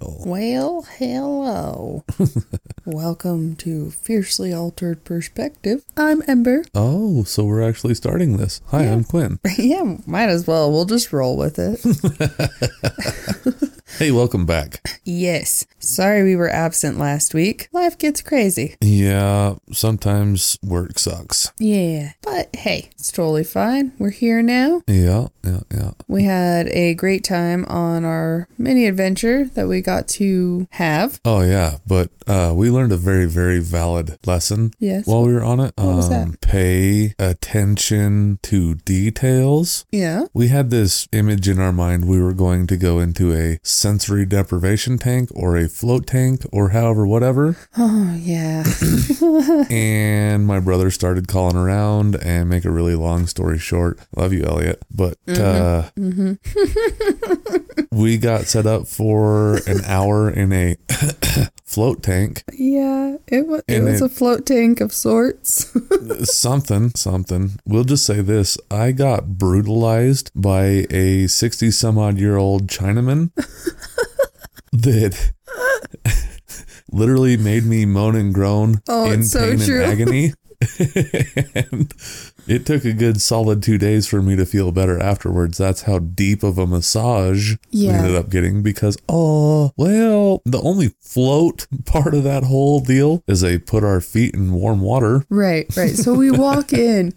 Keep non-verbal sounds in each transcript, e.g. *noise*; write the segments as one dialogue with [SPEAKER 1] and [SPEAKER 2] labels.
[SPEAKER 1] Well,
[SPEAKER 2] *laughs*
[SPEAKER 1] hello. Welcome to Fiercely Altered Perspective. I'm Ember. *laughs*
[SPEAKER 2] Oh, so we're actually starting this. Hi, I'm Quinn.
[SPEAKER 1] yeah, might as well. We'll just roll
[SPEAKER 2] *laughs*
[SPEAKER 1] with it.
[SPEAKER 2] Hey, welcome back.
[SPEAKER 1] yes. Sorry we were absent last week. Life gets crazy.
[SPEAKER 2] Yeah, sometimes work sucks.
[SPEAKER 1] Yeah. But hey, it's totally fine. We're here now.
[SPEAKER 2] Yeah, yeah, yeah.
[SPEAKER 1] We had a great time on our mini adventure that we got to have.
[SPEAKER 2] Oh, yeah, but uh, we learned a very, very valid lesson
[SPEAKER 1] Yes.
[SPEAKER 2] while we were on it. Um,
[SPEAKER 1] What was that?
[SPEAKER 2] Pay attention to details.
[SPEAKER 1] yeah.
[SPEAKER 2] We had this image in our mind we were going to go into a sensory deprivation tank or a float tank or however, whatever.
[SPEAKER 1] Oh,
[SPEAKER 2] *laughs*
[SPEAKER 1] yeah.
[SPEAKER 2] and my brother started calling around and make a really long story short love you elliot but uh we got set up for an hour in a *coughs* float tank
[SPEAKER 1] yeah. It was, it
[SPEAKER 2] And
[SPEAKER 1] was
[SPEAKER 2] it-
[SPEAKER 1] a float tank of sorts.
[SPEAKER 2] something something we'll just say this i got brutalized by a 60 some odd year old
[SPEAKER 1] *laughs*
[SPEAKER 2] chinaman that *laughs* literally made me moan and groan
[SPEAKER 1] Oh,
[SPEAKER 2] in
[SPEAKER 1] it's so
[SPEAKER 2] pain
[SPEAKER 1] true. *laughs*
[SPEAKER 2] and agony and it took a good solid two days for me to feel better afterwards. That's how deep of a massage we
[SPEAKER 1] Yeah.
[SPEAKER 2] ended up getting because, oh, well, the only float *laughs* part of that whole deal is they put our feet in warm water.
[SPEAKER 1] Right, right. So we walk in,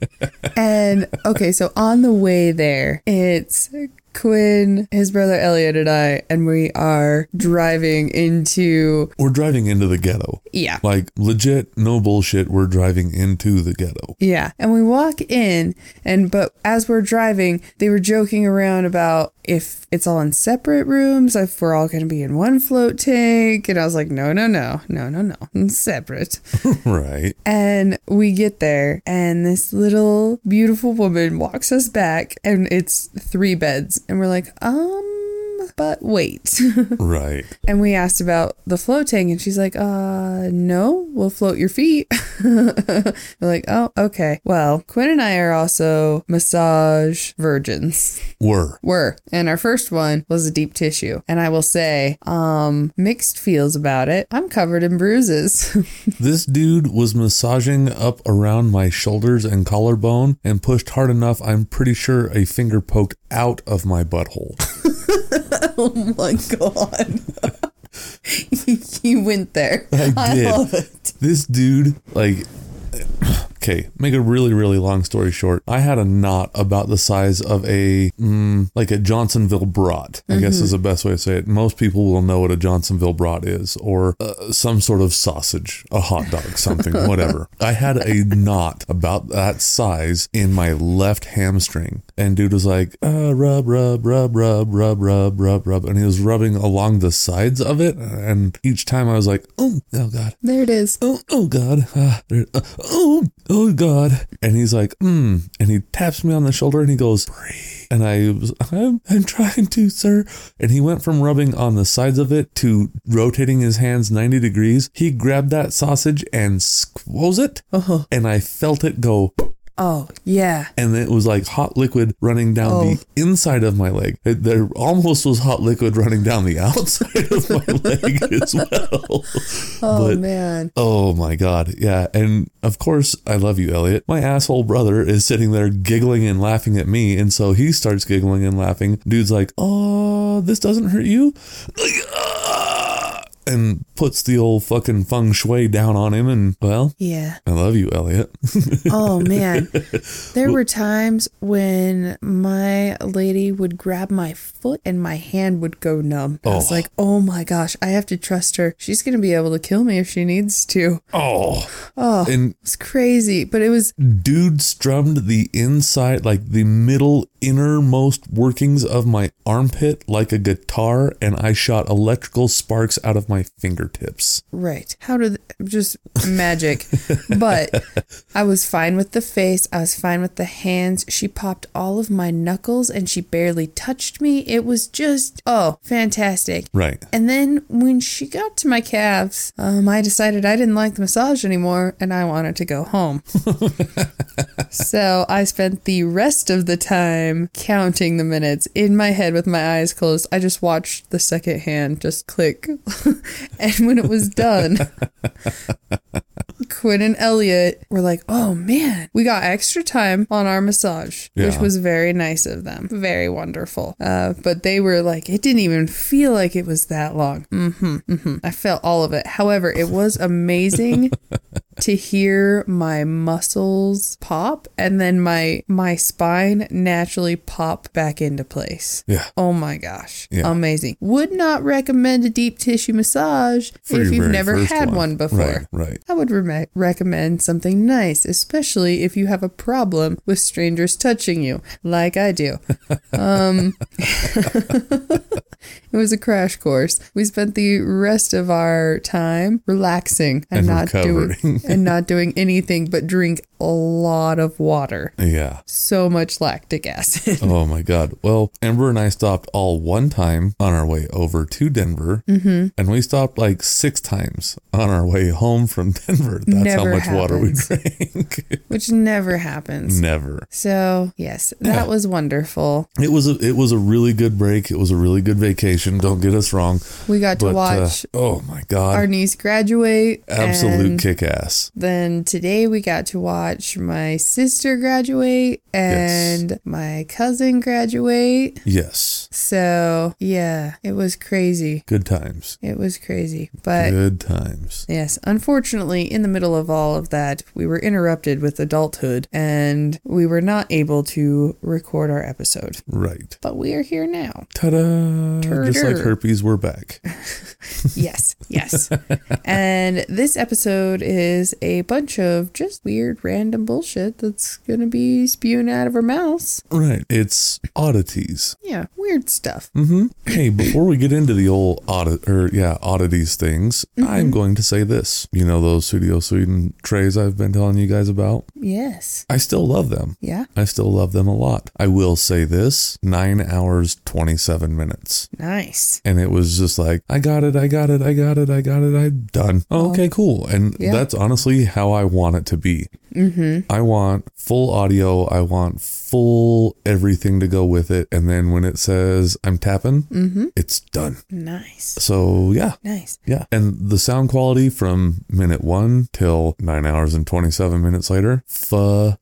[SPEAKER 1] and okay, so on the way there, it's Quinn, his brother Elliot, and I, and we are driving into,
[SPEAKER 2] We're driving into the ghetto.
[SPEAKER 1] yeah,
[SPEAKER 2] Like, legit, no bullshit. We're driving into the ghetto. *laughs*
[SPEAKER 1] yeah. And we walk in, and but as we're driving, they were joking around about if it's all in separate rooms, if we're all going to be in one float tank. And I was like, no, no, no, no, no, no, it's separate.
[SPEAKER 2] right.
[SPEAKER 1] And we get there, and this little beautiful woman walks us back, and it's three beds. And we're like, um, but wait. *laughs*
[SPEAKER 2] Right.
[SPEAKER 1] and we asked about the floating, and she's like, uh, no, we'll float your feet. *laughs* we're like, oh, okay. Well, Quinn and I are also massage virgins.
[SPEAKER 2] We're.
[SPEAKER 1] Were. And our first one was a deep tissue. And I will say, um, mixed feels about it. I'm covered in bruises. *laughs*
[SPEAKER 2] This dude was massaging up around my shoulders and collarbone and pushed hard enough, I'm pretty sure a finger poked out of my butthole.
[SPEAKER 1] *laughs* Oh my god. *laughs* you went there.
[SPEAKER 2] I did.
[SPEAKER 1] love it.
[SPEAKER 2] this dude, like, okay, make a really, really long story short. I had a knot about the size of a, mm, like a Johnsonville brat, I guess is the best way to say it. Most people will know what a Johnsonville brat is or uh, some sort of sausage, a hot dog, something, whatever. I had a knot about that size in my left hamstring. And dude was like, uh, rub, rub, rub, rub, rub, rub, rub, rub. And he was rubbing along the sides of it. And each time I was like, oh, oh God
[SPEAKER 1] There it is.
[SPEAKER 2] oh, oh God, Ah, there- uh, oh, oh God. And he's like, hmm. And he taps me on the shoulder and he goes, breathe. And I was, I'm, I'm trying to, sir. And he went from rubbing on the sides of it to rotating his hands 90 degrees. He grabbed that sausage and squoze it.
[SPEAKER 1] Uh-huh.
[SPEAKER 2] And I felt it go
[SPEAKER 1] Oh, yeah.
[SPEAKER 2] and it was like hot liquid running down the inside of my leg. It, there almost was hot liquid running down the *laughs* outside of my leg as well.
[SPEAKER 1] Oh
[SPEAKER 2] But-
[SPEAKER 1] man.
[SPEAKER 2] Oh my god. Yeah. And of course, I love you, Elliot. My asshole brother is sitting there giggling and laughing at me. And so he starts giggling and laughing. Dude's like, Oh, this doesn't hurt you? Like, "Ah," and puts the old fucking feng shui down on him. And well,
[SPEAKER 1] Yeah.
[SPEAKER 2] I love you, Elliot. *laughs*
[SPEAKER 1] Oh man. There were times when my lady would grab my foot and my hand would go numb. I was
[SPEAKER 2] Oh.
[SPEAKER 1] like, "Oh my gosh, I have to trust her. She's going to be able to kill me if she needs to."
[SPEAKER 2] Oh.
[SPEAKER 1] Oh,
[SPEAKER 2] And
[SPEAKER 1] it's crazy, but it was
[SPEAKER 2] dude strummed the inside, like the middle innermost workings of my armpit like a guitar. And I shot electrical sparks out of my my fingertips.
[SPEAKER 1] Right. How did just magic. but I was fine with the face. I was fine with the hands. She popped all of my knuckles and she barely touched me. It was just, oh, fantastic.
[SPEAKER 2] Right.
[SPEAKER 1] And then when she got to my calves, um, I decided I didn't like the massage anymore and I wanted to go home. so I spent the rest of the time counting the minutes in my head with my eyes closed. I just watched the second hand just click. *laughs* and when it was done, Quinn and Elliot were like, oh man, we got extra time on our massage, which
[SPEAKER 2] Yeah.
[SPEAKER 1] was very nice of them. Very wonderful. Uh, but they were like, it didn't even feel like it was that long. hmm hmm I felt all of it. However, it
[SPEAKER 2] *laughs*
[SPEAKER 1] was amazing to hear my muscles pop and then my my spine naturally pop back into place.
[SPEAKER 2] Yeah.
[SPEAKER 1] Oh my gosh.
[SPEAKER 2] Yeah.
[SPEAKER 1] Amazing. Would not recommend a deep tissue massage
[SPEAKER 2] For
[SPEAKER 1] if
[SPEAKER 2] your
[SPEAKER 1] you've
[SPEAKER 2] very
[SPEAKER 1] never
[SPEAKER 2] first
[SPEAKER 1] had one, before.
[SPEAKER 2] Right. Right.
[SPEAKER 1] I would re- recommend something nice, especially if you have a problem with strangers touching you, like I do.
[SPEAKER 2] *laughs*
[SPEAKER 1] Um, *laughs* it was a crash course. We spent the rest of our time relaxing and,
[SPEAKER 2] And
[SPEAKER 1] not doing
[SPEAKER 2] recovering. *laughs*
[SPEAKER 1] and not doing anything but drink a lot of water.
[SPEAKER 2] Yeah.
[SPEAKER 1] So much lactic acid. *laughs*
[SPEAKER 2] Oh my God. Well, Amber and I stopped all one time on our way over to Denver. Mm-hmm. And we stopped like six times on our way home from *laughs* Denver. That's how
[SPEAKER 1] Never
[SPEAKER 2] much water we
[SPEAKER 1] happens.
[SPEAKER 2] drank. *laughs*
[SPEAKER 1] Which never happens.
[SPEAKER 2] Never.
[SPEAKER 1] So, yes,
[SPEAKER 2] *sighs*
[SPEAKER 1] that was wonderful.
[SPEAKER 2] It was a it was a really good break. It was a really good vacation. Don't get us wrong.
[SPEAKER 1] We got to
[SPEAKER 2] But uh,
[SPEAKER 1] watch
[SPEAKER 2] oh my god,
[SPEAKER 1] our niece graduate.
[SPEAKER 2] absolute
[SPEAKER 1] and-
[SPEAKER 2] kick ass.
[SPEAKER 1] Then today we got to watch my sister graduate and my cousin graduate.
[SPEAKER 2] Yes,
[SPEAKER 1] So, yeah, it was crazy.
[SPEAKER 2] good times.
[SPEAKER 1] It was crazy. But
[SPEAKER 2] Good times.
[SPEAKER 1] yes, unfortunately, in the middle of all of that, we were interrupted with adulthood and we were not able to record our episode.
[SPEAKER 2] Right.
[SPEAKER 1] But we are here now.
[SPEAKER 2] Ta-da! Just like
[SPEAKER 1] Turder.
[SPEAKER 2] herpes, we're back.
[SPEAKER 1] Yes, yes. and this episode is a bunch of just weird, random bullshit that's going to be spewing out of our mouths.
[SPEAKER 2] Right. It's oddities.
[SPEAKER 1] Yeah, weird stuff.
[SPEAKER 2] Mm-hmm. Hey, before we get into the old audit or yeah oddities things, I'm going to say this. You know those Studio Sweden trays I've been telling you guys about.
[SPEAKER 1] Yes.
[SPEAKER 2] I still love them.
[SPEAKER 1] Yeah.
[SPEAKER 2] I still love them a lot. I will say this: nine hours, twenty-seven minutes.
[SPEAKER 1] Nice.
[SPEAKER 2] And it was just like, I got it, I got it, I got it, I got it, I'm done. Oh, okay, cool. And
[SPEAKER 1] Yeah.
[SPEAKER 2] that's honestly how I want it to be. Mm-hmm. I want full audio, I want full everything to go with it. And then when it says I'm tapping,
[SPEAKER 1] Mm-hmm.
[SPEAKER 2] it's done.
[SPEAKER 1] Nice.
[SPEAKER 2] So, yeah.
[SPEAKER 1] Nice.
[SPEAKER 2] Yeah. And the sound quality from minute one till nine hours and 27 minutes later,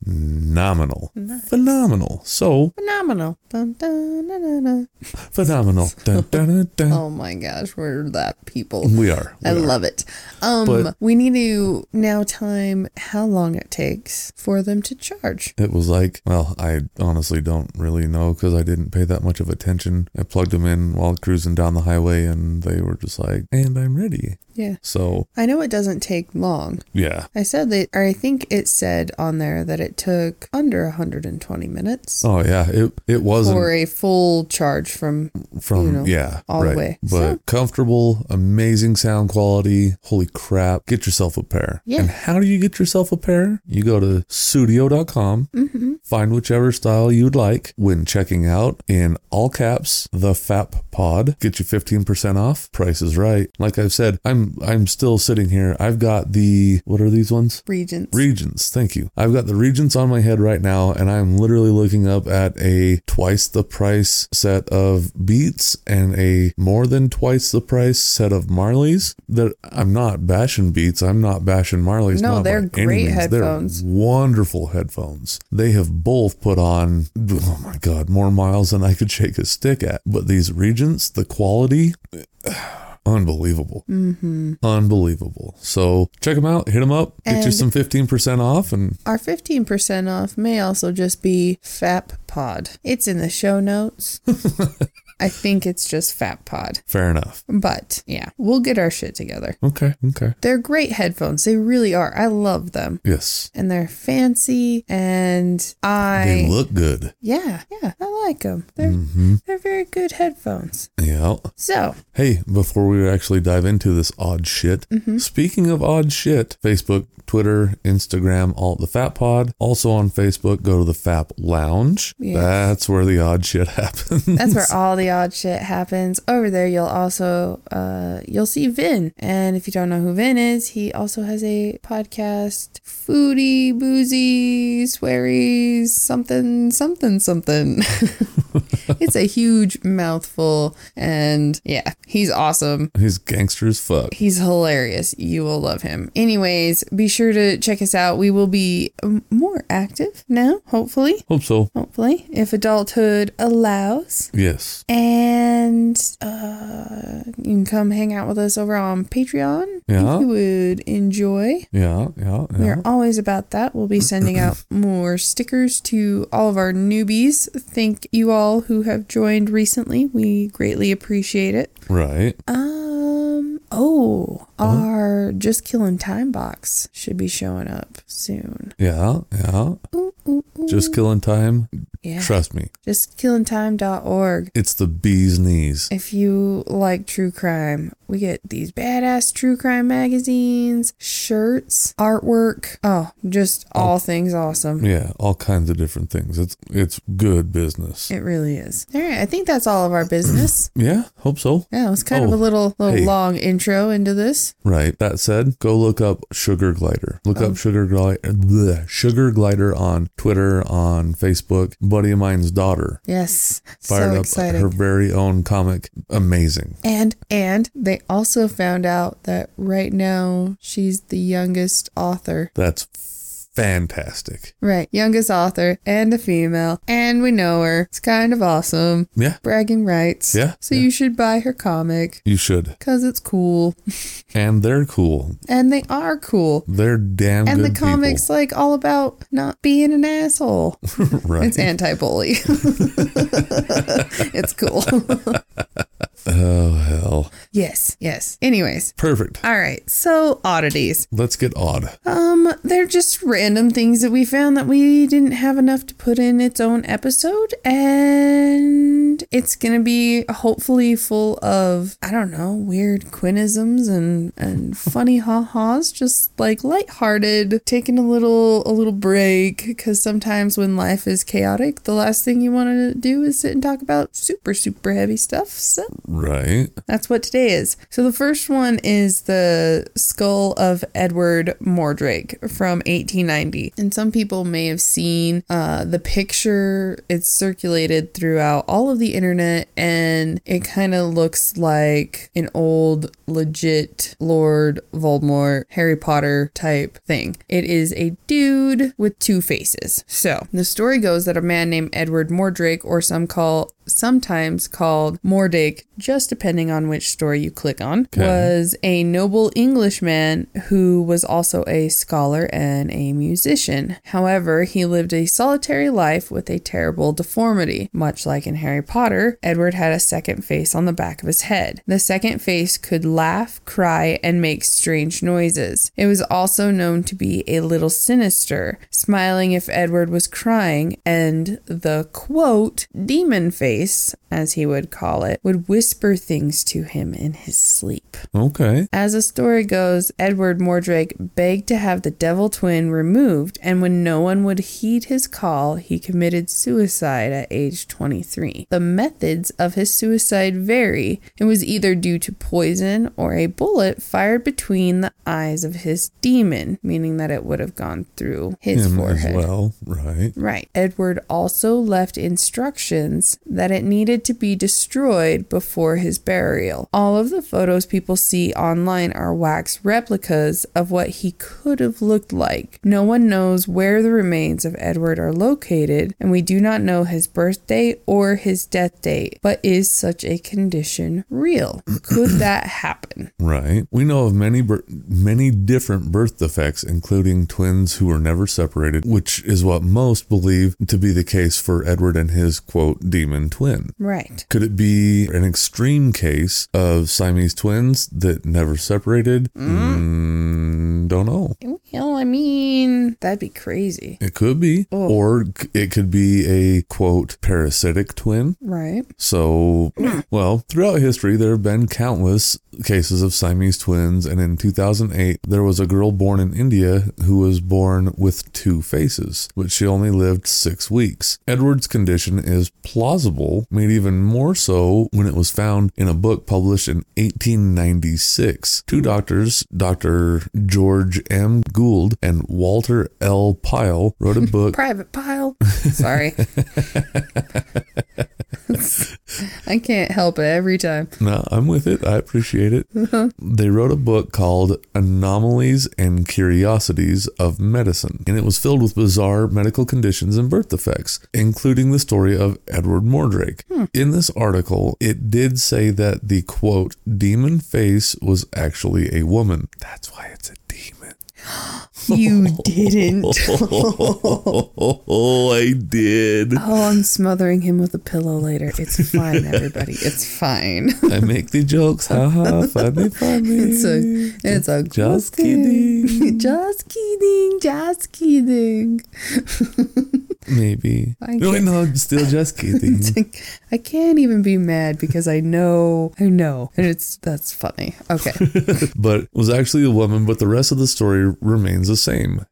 [SPEAKER 2] phenomenal. Phenomenal. So
[SPEAKER 1] Phenomenal. Dun, dun, dun, dun, dun. *laughs*
[SPEAKER 2] phenomenal. Dun, dun, dun, dun.
[SPEAKER 1] Oh my gosh, we're that
[SPEAKER 2] *laughs*
[SPEAKER 1] people.
[SPEAKER 2] We are.
[SPEAKER 1] I
[SPEAKER 2] We are.
[SPEAKER 1] love it. Um,
[SPEAKER 2] But-
[SPEAKER 1] we need to now time how long it takes for them to charge.
[SPEAKER 2] It was like, well, I honestly don't really know because I didn't pay that much of attention. I plugged them in while cruising down the highway and they were just like, and I'm ready.
[SPEAKER 1] Yeah.
[SPEAKER 2] So,
[SPEAKER 1] I know it doesn't take long.
[SPEAKER 2] yeah.
[SPEAKER 1] I said that, or I think it said on there that it took under 120 minutes
[SPEAKER 2] Oh, yeah. It, it wasn't
[SPEAKER 1] for a full charge from
[SPEAKER 2] from,
[SPEAKER 1] you know,
[SPEAKER 2] yeah,
[SPEAKER 1] all the
[SPEAKER 2] right.
[SPEAKER 1] way.
[SPEAKER 2] But
[SPEAKER 1] So-
[SPEAKER 2] comfortable, amazing sound quality. Holy crap. Get yourself a pair.
[SPEAKER 1] Yeah.
[SPEAKER 2] And how do you get yourself a pair? You go to studio.com,
[SPEAKER 1] Mm-hmm.
[SPEAKER 2] find whichever style you'd like. When checking out, in all caps, the FAP pod, get you 15% off. Price is right. Like I've said, I'm I'm still sitting here. I've got the what are these ones?
[SPEAKER 1] Regents.
[SPEAKER 2] Regents, thank you. I've got the Regents on my head right now, and I'm literally looking up at a twice the price set of Beats and a more than twice the price set of Marleys. That I'm not bashing Beats, I'm not bashing Marleys.
[SPEAKER 1] No,
[SPEAKER 2] not
[SPEAKER 1] they're
[SPEAKER 2] by any
[SPEAKER 1] great
[SPEAKER 2] means. They're
[SPEAKER 1] headphones.
[SPEAKER 2] wonderful headphones. They have both put on, oh my God, more miles than I could shake a stick at. But these Regents, the quality, unbelievable. Unbelievable. So check them out, hit them up, get you
[SPEAKER 1] Mm-hmm. And-
[SPEAKER 2] some 15% off. And *laughs*
[SPEAKER 1] Our 15% off may also just be FAP Pod. It's in the show notes. I think it's just Fat Pod.
[SPEAKER 2] Fair enough.
[SPEAKER 1] But yeah, we'll get our shit together.
[SPEAKER 2] Okay. Okay.
[SPEAKER 1] They're great headphones. They really are. I love them.
[SPEAKER 2] Yes.
[SPEAKER 1] And they're fancy and I
[SPEAKER 2] They look Mm-hmm. good.
[SPEAKER 1] Yeah, yeah, I like them. They're they're very good headphones.
[SPEAKER 2] Yeah.
[SPEAKER 1] So,
[SPEAKER 2] Hey, before we actually dive into this odd shit,
[SPEAKER 1] Mm-hmm.
[SPEAKER 2] speaking of odd shit, Facebook, Twitter, Instagram, all at the Fat Pod. Also on Facebook, go to the Fap Lounge.
[SPEAKER 1] Yeah.
[SPEAKER 2] That's where the odd shit *laughs* happens.
[SPEAKER 1] That's where all the odd shit happens. Over there, you'll also uh, you'll see Vin, and if you don't know who Vin is, he also has a podcast, foodie, boozy, swearies, something, something, something. *laughs* it's a huge mouthful, and yeah, he's awesome.
[SPEAKER 2] He's gangster as fuck.
[SPEAKER 1] He's hilarious. You will love him. Anyways, be sure to check us out. We will be um, more active now, hopefully.
[SPEAKER 2] Hope so.
[SPEAKER 1] Hopefully, if adulthood allows.
[SPEAKER 2] Yes.
[SPEAKER 1] And uh, you can come hang out with us over on Patreon.
[SPEAKER 2] Yeah.
[SPEAKER 1] If you would enjoy.
[SPEAKER 2] Yeah. Yeah. Oh. Yeah.
[SPEAKER 1] We're always about that. We'll be sending
[SPEAKER 2] *clears throat*
[SPEAKER 1] out more stickers to all of our newbies. Thank you all who have joined recently. We greatly appreciate it.
[SPEAKER 2] Right.
[SPEAKER 1] Um oh,
[SPEAKER 2] Uh-huh.
[SPEAKER 1] our just killing time box should be showing up soon.
[SPEAKER 2] Yeah. Yeah.
[SPEAKER 1] Ooh, ooh, ooh.
[SPEAKER 2] Just killing time.
[SPEAKER 1] Yeah.
[SPEAKER 2] Trust me.
[SPEAKER 1] Justkillingtime.org.
[SPEAKER 2] It's the bee's knees.
[SPEAKER 1] If you like true crime, we get these badass true crime magazines, shirts, artwork. Oh, just all things awesome.
[SPEAKER 2] Yeah, all kinds of different things. It's it's good business.
[SPEAKER 1] It really is. All right, I think that's all of our
[SPEAKER 2] *clears throat*
[SPEAKER 1] business.
[SPEAKER 2] Yeah, hope so.
[SPEAKER 1] Yeah, it was kind of
[SPEAKER 2] Oh,
[SPEAKER 1] a little little
[SPEAKER 2] hey.
[SPEAKER 1] long intro into this.
[SPEAKER 2] Right. That said, go look up Sugar Glider. Look
[SPEAKER 1] Oh.
[SPEAKER 2] up Sugar Glider. Sugar Glider on Twitter, on Facebook. Buddy of mine's daughter
[SPEAKER 1] Yes,
[SPEAKER 2] fired
[SPEAKER 1] so
[SPEAKER 2] up
[SPEAKER 1] exciting.
[SPEAKER 2] her very own comic. Amazing.
[SPEAKER 1] And and they also found out that right now she's the youngest author.
[SPEAKER 2] That's fantastic.
[SPEAKER 1] Right, youngest author and a female, and we know her. It's kind of awesome.
[SPEAKER 2] Yeah,
[SPEAKER 1] Bragging rights.
[SPEAKER 2] Yeah,
[SPEAKER 1] So
[SPEAKER 2] yeah.
[SPEAKER 1] you should buy her comic.
[SPEAKER 2] you should.
[SPEAKER 1] Cause it's cool,
[SPEAKER 2] And they're cool.
[SPEAKER 1] and they are cool,
[SPEAKER 2] They're damn
[SPEAKER 1] and
[SPEAKER 2] good
[SPEAKER 1] the comics like all about not being an asshole.
[SPEAKER 2] people. *laughs* right.
[SPEAKER 1] It's anti-bully.
[SPEAKER 2] *laughs*
[SPEAKER 1] *laughs* it's cool. *laughs*
[SPEAKER 2] oh hell.
[SPEAKER 1] yes, yes. Anyways,
[SPEAKER 2] Perfect.
[SPEAKER 1] all right. So oddities.
[SPEAKER 2] Let's get odd.
[SPEAKER 1] Um, they're just random things that we found that we didn't have enough to put in its own episode, and it's gonna be hopefully full of I don't know weird quinisms and and funny ha ha's, just like lighthearted, taking a little a little break because sometimes when life is chaotic, the last thing you want to do is sit and talk about super super heavy stuff. So
[SPEAKER 2] Right.
[SPEAKER 1] that's what today is. So the first one is the skull of Edward Mordrake from 1890. And some people may have seen uh, the picture. It's circulated throughout all of the internet and it kind of looks like an old legit Lord Voldemort, Harry Potter type thing. It is a dude with two faces. So the story goes that a man named Edward Mordrake, or some call sometimes called Mordrake, just depending on which story you click on, was a noble Englishman who was also a scholar and a musician. However, he lived a solitary life with a terrible deformity. Much like in Harry Potter, Edward had a second face on the back of his head. The second face could laugh, cry, and make strange noises. It was also known to be a little sinister, smiling if Edward was crying, and the quote, demon face, as he would call it, would whisper things to him in his sleep.
[SPEAKER 2] Okay.
[SPEAKER 1] As the story goes, Edward Mordrake begged to have the devil twin removed, and when no one would heed his call, he committed suicide at age 23. The methods of his suicide vary. It was either due to poison or a bullet fired between the eyes of his demon, meaning that it would have gone through his
[SPEAKER 2] Him as
[SPEAKER 1] forehead.
[SPEAKER 2] well. Right.
[SPEAKER 1] Right. Edward also left instructions that it needed to be destroyed before his burial. All all of the photos people see online are wax replicas of what he could have looked like. No one knows where the remains of Edward are located, and we do not know his birthday or his death date. But is such a condition real? Could that happen?
[SPEAKER 2] Right. We know of many bir- many different birth defects, including twins who were never separated, which is what most believe to be the case for Edward and his quote demon twin.
[SPEAKER 1] Right.
[SPEAKER 2] Could it be an extreme case of Siamese twins that never separated?
[SPEAKER 1] Mm-hmm.
[SPEAKER 2] Mm, don't know.
[SPEAKER 1] Well, I mean, that'd be crazy.
[SPEAKER 2] It could be,
[SPEAKER 1] Oh.
[SPEAKER 2] or c- it could be a quote parasitic twin.
[SPEAKER 1] Right.
[SPEAKER 2] So, well, throughout history, there have been countless cases of Siamese twins, and in 2008, there was a girl born in India who was born with two faces, but she only lived six weeks. Edward's condition is plausible, made even more so when it was found in a book published in 1896. Two doctors, Dr. George M. Gould and Walter L. Pyle, wrote a book
[SPEAKER 1] Private pile.
[SPEAKER 2] *laughs*
[SPEAKER 1] Sorry. I can't help it every time.
[SPEAKER 2] No, I'm with it. I appreciate
[SPEAKER 1] *laughs*
[SPEAKER 2] it. They wrote a book called Anomalies and Curiosities of Medicine, and it was filled with bizarre medical conditions and birth defects, including the story of Edward Mordrake.
[SPEAKER 1] Hmm.
[SPEAKER 2] In this article, it did say that the quote, demon face was actually a woman. That's why it's a
[SPEAKER 1] *laughs*
[SPEAKER 2] demon. *laughs*
[SPEAKER 1] You didn't.
[SPEAKER 2] Oh, I did.
[SPEAKER 1] Oh, I'm smothering him with a pillow later. It's fine, everybody. It's fine. *laughs*
[SPEAKER 2] I make the jokes. Ha ha. Funny, funny.
[SPEAKER 1] It's a, it's a
[SPEAKER 2] Just
[SPEAKER 1] good game.
[SPEAKER 2] kidding.
[SPEAKER 1] *laughs* just kidding, just kidding.
[SPEAKER 2] Maybe.
[SPEAKER 1] I
[SPEAKER 2] No,
[SPEAKER 1] can't-
[SPEAKER 2] no, still just
[SPEAKER 1] *laughs*
[SPEAKER 2] kidding.
[SPEAKER 1] It's like, I can't even be mad because I know, I know, and it's that's funny.
[SPEAKER 2] *laughs*
[SPEAKER 1] Okay,
[SPEAKER 2] but was actually a woman, but the rest of the story remains the same.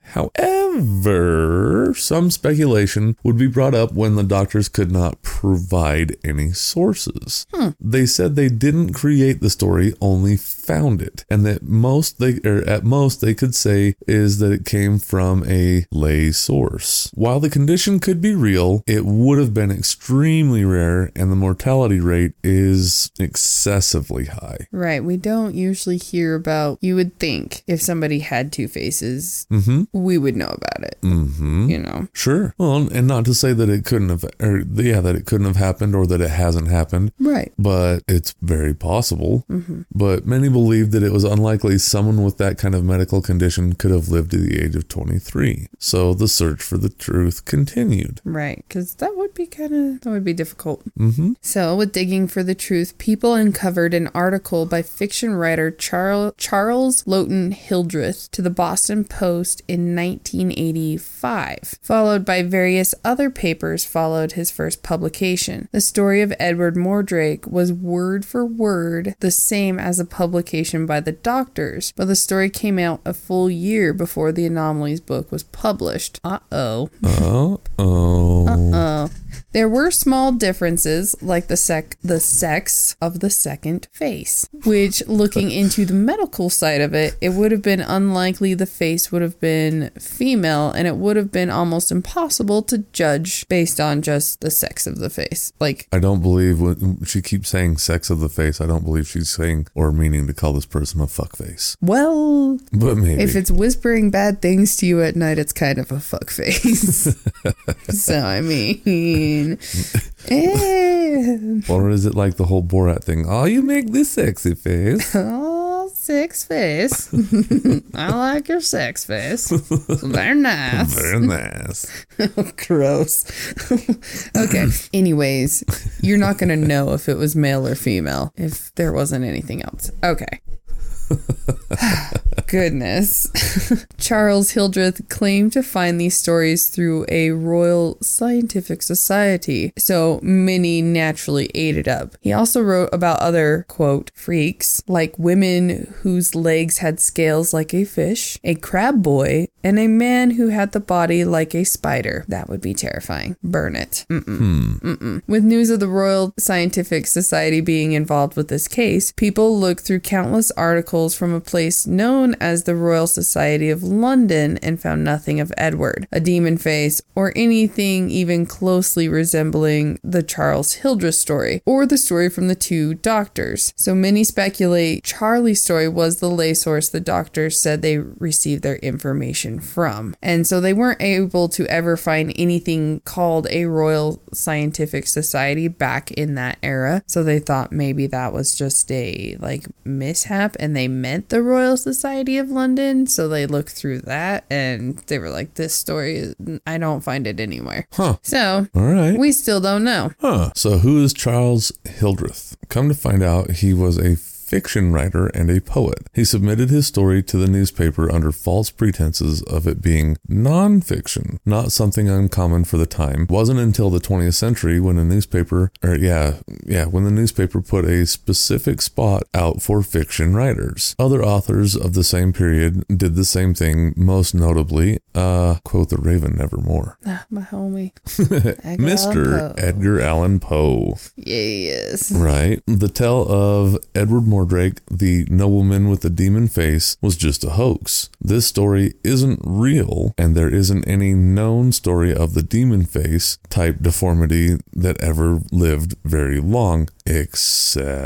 [SPEAKER 2] However, some speculation would be brought up when the doctors could not provide any sources. They said they didn't create the story, only found it, and that most they or at most they could say is that it came from a lay source. While the condition could be real, it would have been extremely rare and the mortality rate is excessively high.
[SPEAKER 1] right. We don't usually hear about. You would think if somebody had two faces,
[SPEAKER 2] Mm-hmm.
[SPEAKER 1] we would know about it.
[SPEAKER 2] Hmm.
[SPEAKER 1] Mm-hmm. You know,
[SPEAKER 2] Sure. Well, and not to say that it couldn't have, or yeah, that it couldn't have happened or that it hasn't happened,
[SPEAKER 1] right?
[SPEAKER 2] but it's very possible.
[SPEAKER 1] Mm-hmm.
[SPEAKER 2] But many believe that it was unlikely someone with that kind of medical condition could have lived to the age of 23. So the search for the truth continued.
[SPEAKER 1] Right, because that would be kind of that would be difficult. *laughs* Mm-hmm. So, with digging for the truth, people uncovered an article by fiction writer Charles Charles Lowton Hildreth to the Boston Post in 1985, followed by various other papers. Followed his first publication. The story of Edward Mordrake was word for word the same as a publication by the doctors, but the story came out a full year before the anomalies book was published. Uh oh.
[SPEAKER 2] Oh, oh.
[SPEAKER 1] Oh. There were small differences, like the sec the sex of the second face, which looking into the medical side of it, it would have been unlikely the face would have been female, and it would have been almost impossible to judge based on just the sex of the face. Like
[SPEAKER 2] I don't believe what she keeps saying sex of the face. I don't believe she's saying or meaning to call this person a fuckface.
[SPEAKER 1] well,
[SPEAKER 2] But maybe.
[SPEAKER 1] if it's whispering bad things to you at night, it's kind of a fuck face. so I mean, eh.
[SPEAKER 2] or is it like the whole Borat thing? Oh, you make this sexy face.
[SPEAKER 1] *laughs* Oh, sex face. I like your sex face. Very nice.
[SPEAKER 2] Very nice.
[SPEAKER 1] Gross. *laughs* okay. Anyways, you're not going to know if it was male or female if there wasn't anything else. Okay. *sighs* Goodness. Charles Hildreth claimed to find these stories through a Royal Scientific Society, so many naturally ate it up. He also wrote about other, quote, freaks, like women whose legs had scales like a fish, a crab boy, and a man who had the body like a spider. That would be terrifying. Burn it. Mm-mm. Mm-mm. With news of the Royal Scientific Society being involved with this case, people looked through countless articles from a place known as the Royal Society of London and found nothing of Edward, a demon face, or anything even closely resembling the Charles Hildreth story or the story from the two doctors. So many speculate Charlie's story was the lay source the doctors said they received their information from. And so they weren't able to ever find anything called a Royal Scientific Society back in that era. So they thought maybe that was just a like mishap and they meant the Royal Society of London. So they looked through that and they were like, this story, is, I don't find it anywhere.
[SPEAKER 2] Huh.
[SPEAKER 1] So
[SPEAKER 2] All right.
[SPEAKER 1] we still don't know. *sighs*
[SPEAKER 2] Huh. So, who is Charles Hildreth? Come to find out, he was a fiction writer and a poet. He submitted his story to the newspaper under false pretenses of it being nonfiction, not something uncommon for the time. Wasn't until the 20th century when the newspaper, or yeah, yeah, when the newspaper put a specific spot out for fiction writers. Other authors of the same period did the same thing, most notably, uh, quote the Raven nevermore.
[SPEAKER 1] Ah, my homie.
[SPEAKER 2] Mr. Edgar Allan Poe.
[SPEAKER 1] Yes.
[SPEAKER 2] Right. The tale of Edward Mordrake, the nobleman with the demon face, was just a hoax. This story isn't real, and there isn't any known story of the demon face type deformity that ever lived very long, except.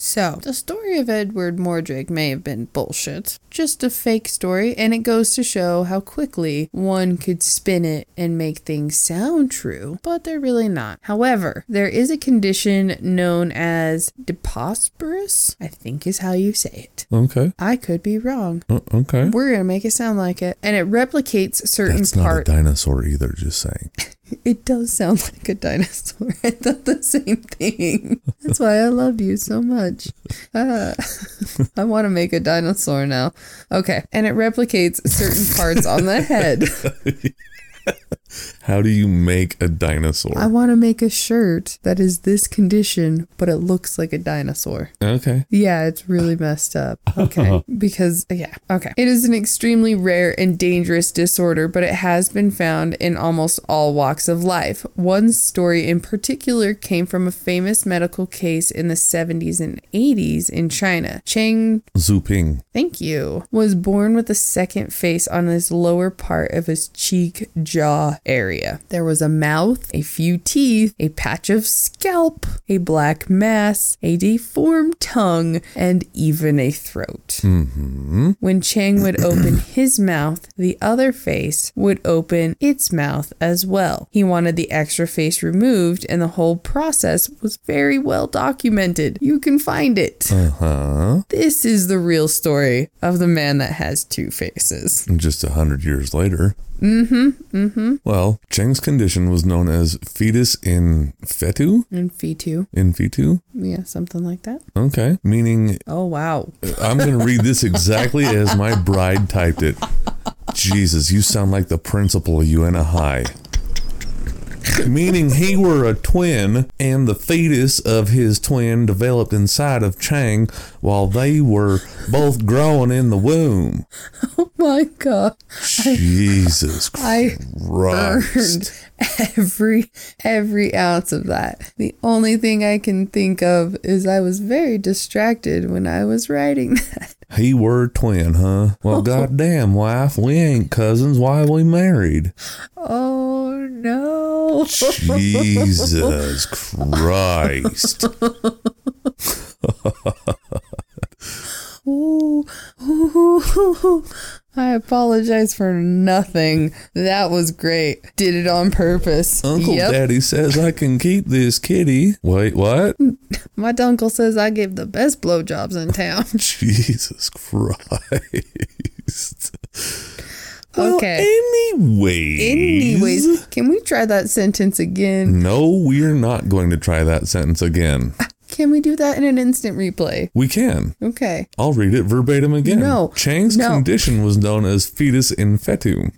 [SPEAKER 1] So, the story of Edward Mordrake may have been bullshit, just a fake story, and it goes to show how quickly one could spin it and make things sound true, but they're really not. However, there is a condition known as deposporous, I think is how you say it.
[SPEAKER 2] Okay.
[SPEAKER 1] I could be wrong.
[SPEAKER 2] O- okay.
[SPEAKER 1] We're going to make it sound like it. And it replicates certain
[SPEAKER 2] That's not a
[SPEAKER 1] parts.
[SPEAKER 2] dinosaur either, just saying.
[SPEAKER 1] It does sound *laughs* like a dinosaur. I thought the same thing. That's why I love you so much. Ah. *laughs* I want to make a dinosaur now. Okay. And it replicates certain parts on the head.
[SPEAKER 2] How do you make a dinosaur?
[SPEAKER 1] I want to make a shirt that is this condition, but it looks like a dinosaur.
[SPEAKER 2] okay.
[SPEAKER 1] Yeah, it's really messed up.
[SPEAKER 2] *laughs*
[SPEAKER 1] Okay. Because, yeah. Okay. It is an extremely rare and dangerous disorder, but it has been found in almost all walks of life. One story in particular came from a famous medical case in the 70s and 80s in China. Cheng
[SPEAKER 2] Zuping.
[SPEAKER 1] Thank you. Was born with a second face on his lower part of his cheek jaw area. There was a mouth, a few teeth, a patch of scalp, a black mass, a deformed tongue, and even a throat.
[SPEAKER 2] Mm-hmm.
[SPEAKER 1] When Chang would open his mouth, the other face would open its mouth as well. He wanted the extra face removed, and the whole process was very well documented. You can find it.
[SPEAKER 2] Uh huh.
[SPEAKER 1] This is the real story of the man that has two faces.
[SPEAKER 2] just a hundred years later. Mm-hmm. Mm-hmm. Well, Cheng's condition was known as fetus in fetu,
[SPEAKER 1] And Fitu.
[SPEAKER 2] in fetu.
[SPEAKER 1] Yeah, something like that.
[SPEAKER 2] Okay, meaning
[SPEAKER 1] Oh, wow. *laughs*
[SPEAKER 2] I'm going to read this exactly as my bride typed it. Jesus, you sound like the principal of Uena High. Meaning he were a twin, and the fetus of his twin developed inside of Chang while they were both growing in the womb.
[SPEAKER 1] Oh, my God.
[SPEAKER 2] Jesus
[SPEAKER 1] I
[SPEAKER 2] Christ.
[SPEAKER 1] Burned every every ounce of that. The only thing I can think of is I was very distracted when I was writing *laughs* that.
[SPEAKER 2] He were twin, huh?
[SPEAKER 1] *laughs*
[SPEAKER 2] Well, goddamn, wife, we ain't cousins. Why we married?
[SPEAKER 1] Oh no. *laughs*
[SPEAKER 2] Jesus Christ!
[SPEAKER 1] Ooh, ooh. I apologize for nothing. That was great. Did it on purpose.
[SPEAKER 2] Uncle
[SPEAKER 1] Yep.
[SPEAKER 2] Daddy says I can keep this kitty. Wait,
[SPEAKER 1] *laughs*
[SPEAKER 2] what?
[SPEAKER 1] My uncle says I give the best blowjobs in town. *laughs*
[SPEAKER 2] Jesus Christ! Well,
[SPEAKER 1] Okay.
[SPEAKER 2] anyways,
[SPEAKER 1] Anyways, can we try that sentence again?
[SPEAKER 2] no, we're not going to try that sentence again.
[SPEAKER 1] Can we do that in an instant replay?
[SPEAKER 2] We can.
[SPEAKER 1] Okay.
[SPEAKER 2] I'll read it verbatim again.
[SPEAKER 1] No.
[SPEAKER 2] Chang's
[SPEAKER 1] No.
[SPEAKER 2] condition was known as fetus in fetu,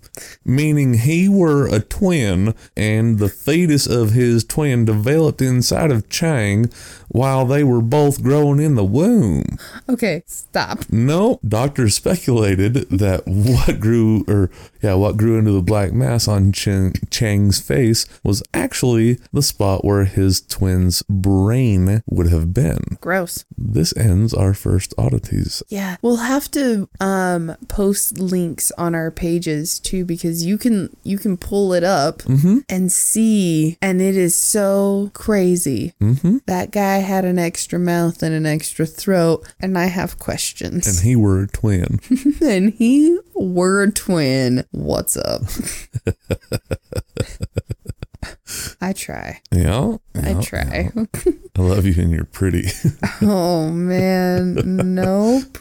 [SPEAKER 2] meaning he were a twin and the fetus of his twin developed inside of Chang while they were both growing in the womb.
[SPEAKER 1] Okay. Stop.
[SPEAKER 2] No, doctors speculated that what grew or yeah, what grew into the black mass on Chen, Chang's face was actually the spot where his twin's brain would have been.
[SPEAKER 1] Gross.
[SPEAKER 2] This ends our first oddities
[SPEAKER 1] Yeah. We'll have to um post links on our pages too because you can you can pull it up and see and it is so crazy. Mm-hmm. That guy had an extra mouth and an extra throat and I have
[SPEAKER 2] and
[SPEAKER 1] questions.
[SPEAKER 2] he were a
[SPEAKER 1] *laughs*
[SPEAKER 2] twin.
[SPEAKER 1] and he were a twin. What's *laughs* up? I try.
[SPEAKER 2] yeah, yeah,
[SPEAKER 1] I try.
[SPEAKER 2] I love you and you're pretty. *laughs*
[SPEAKER 1] Oh man, nope.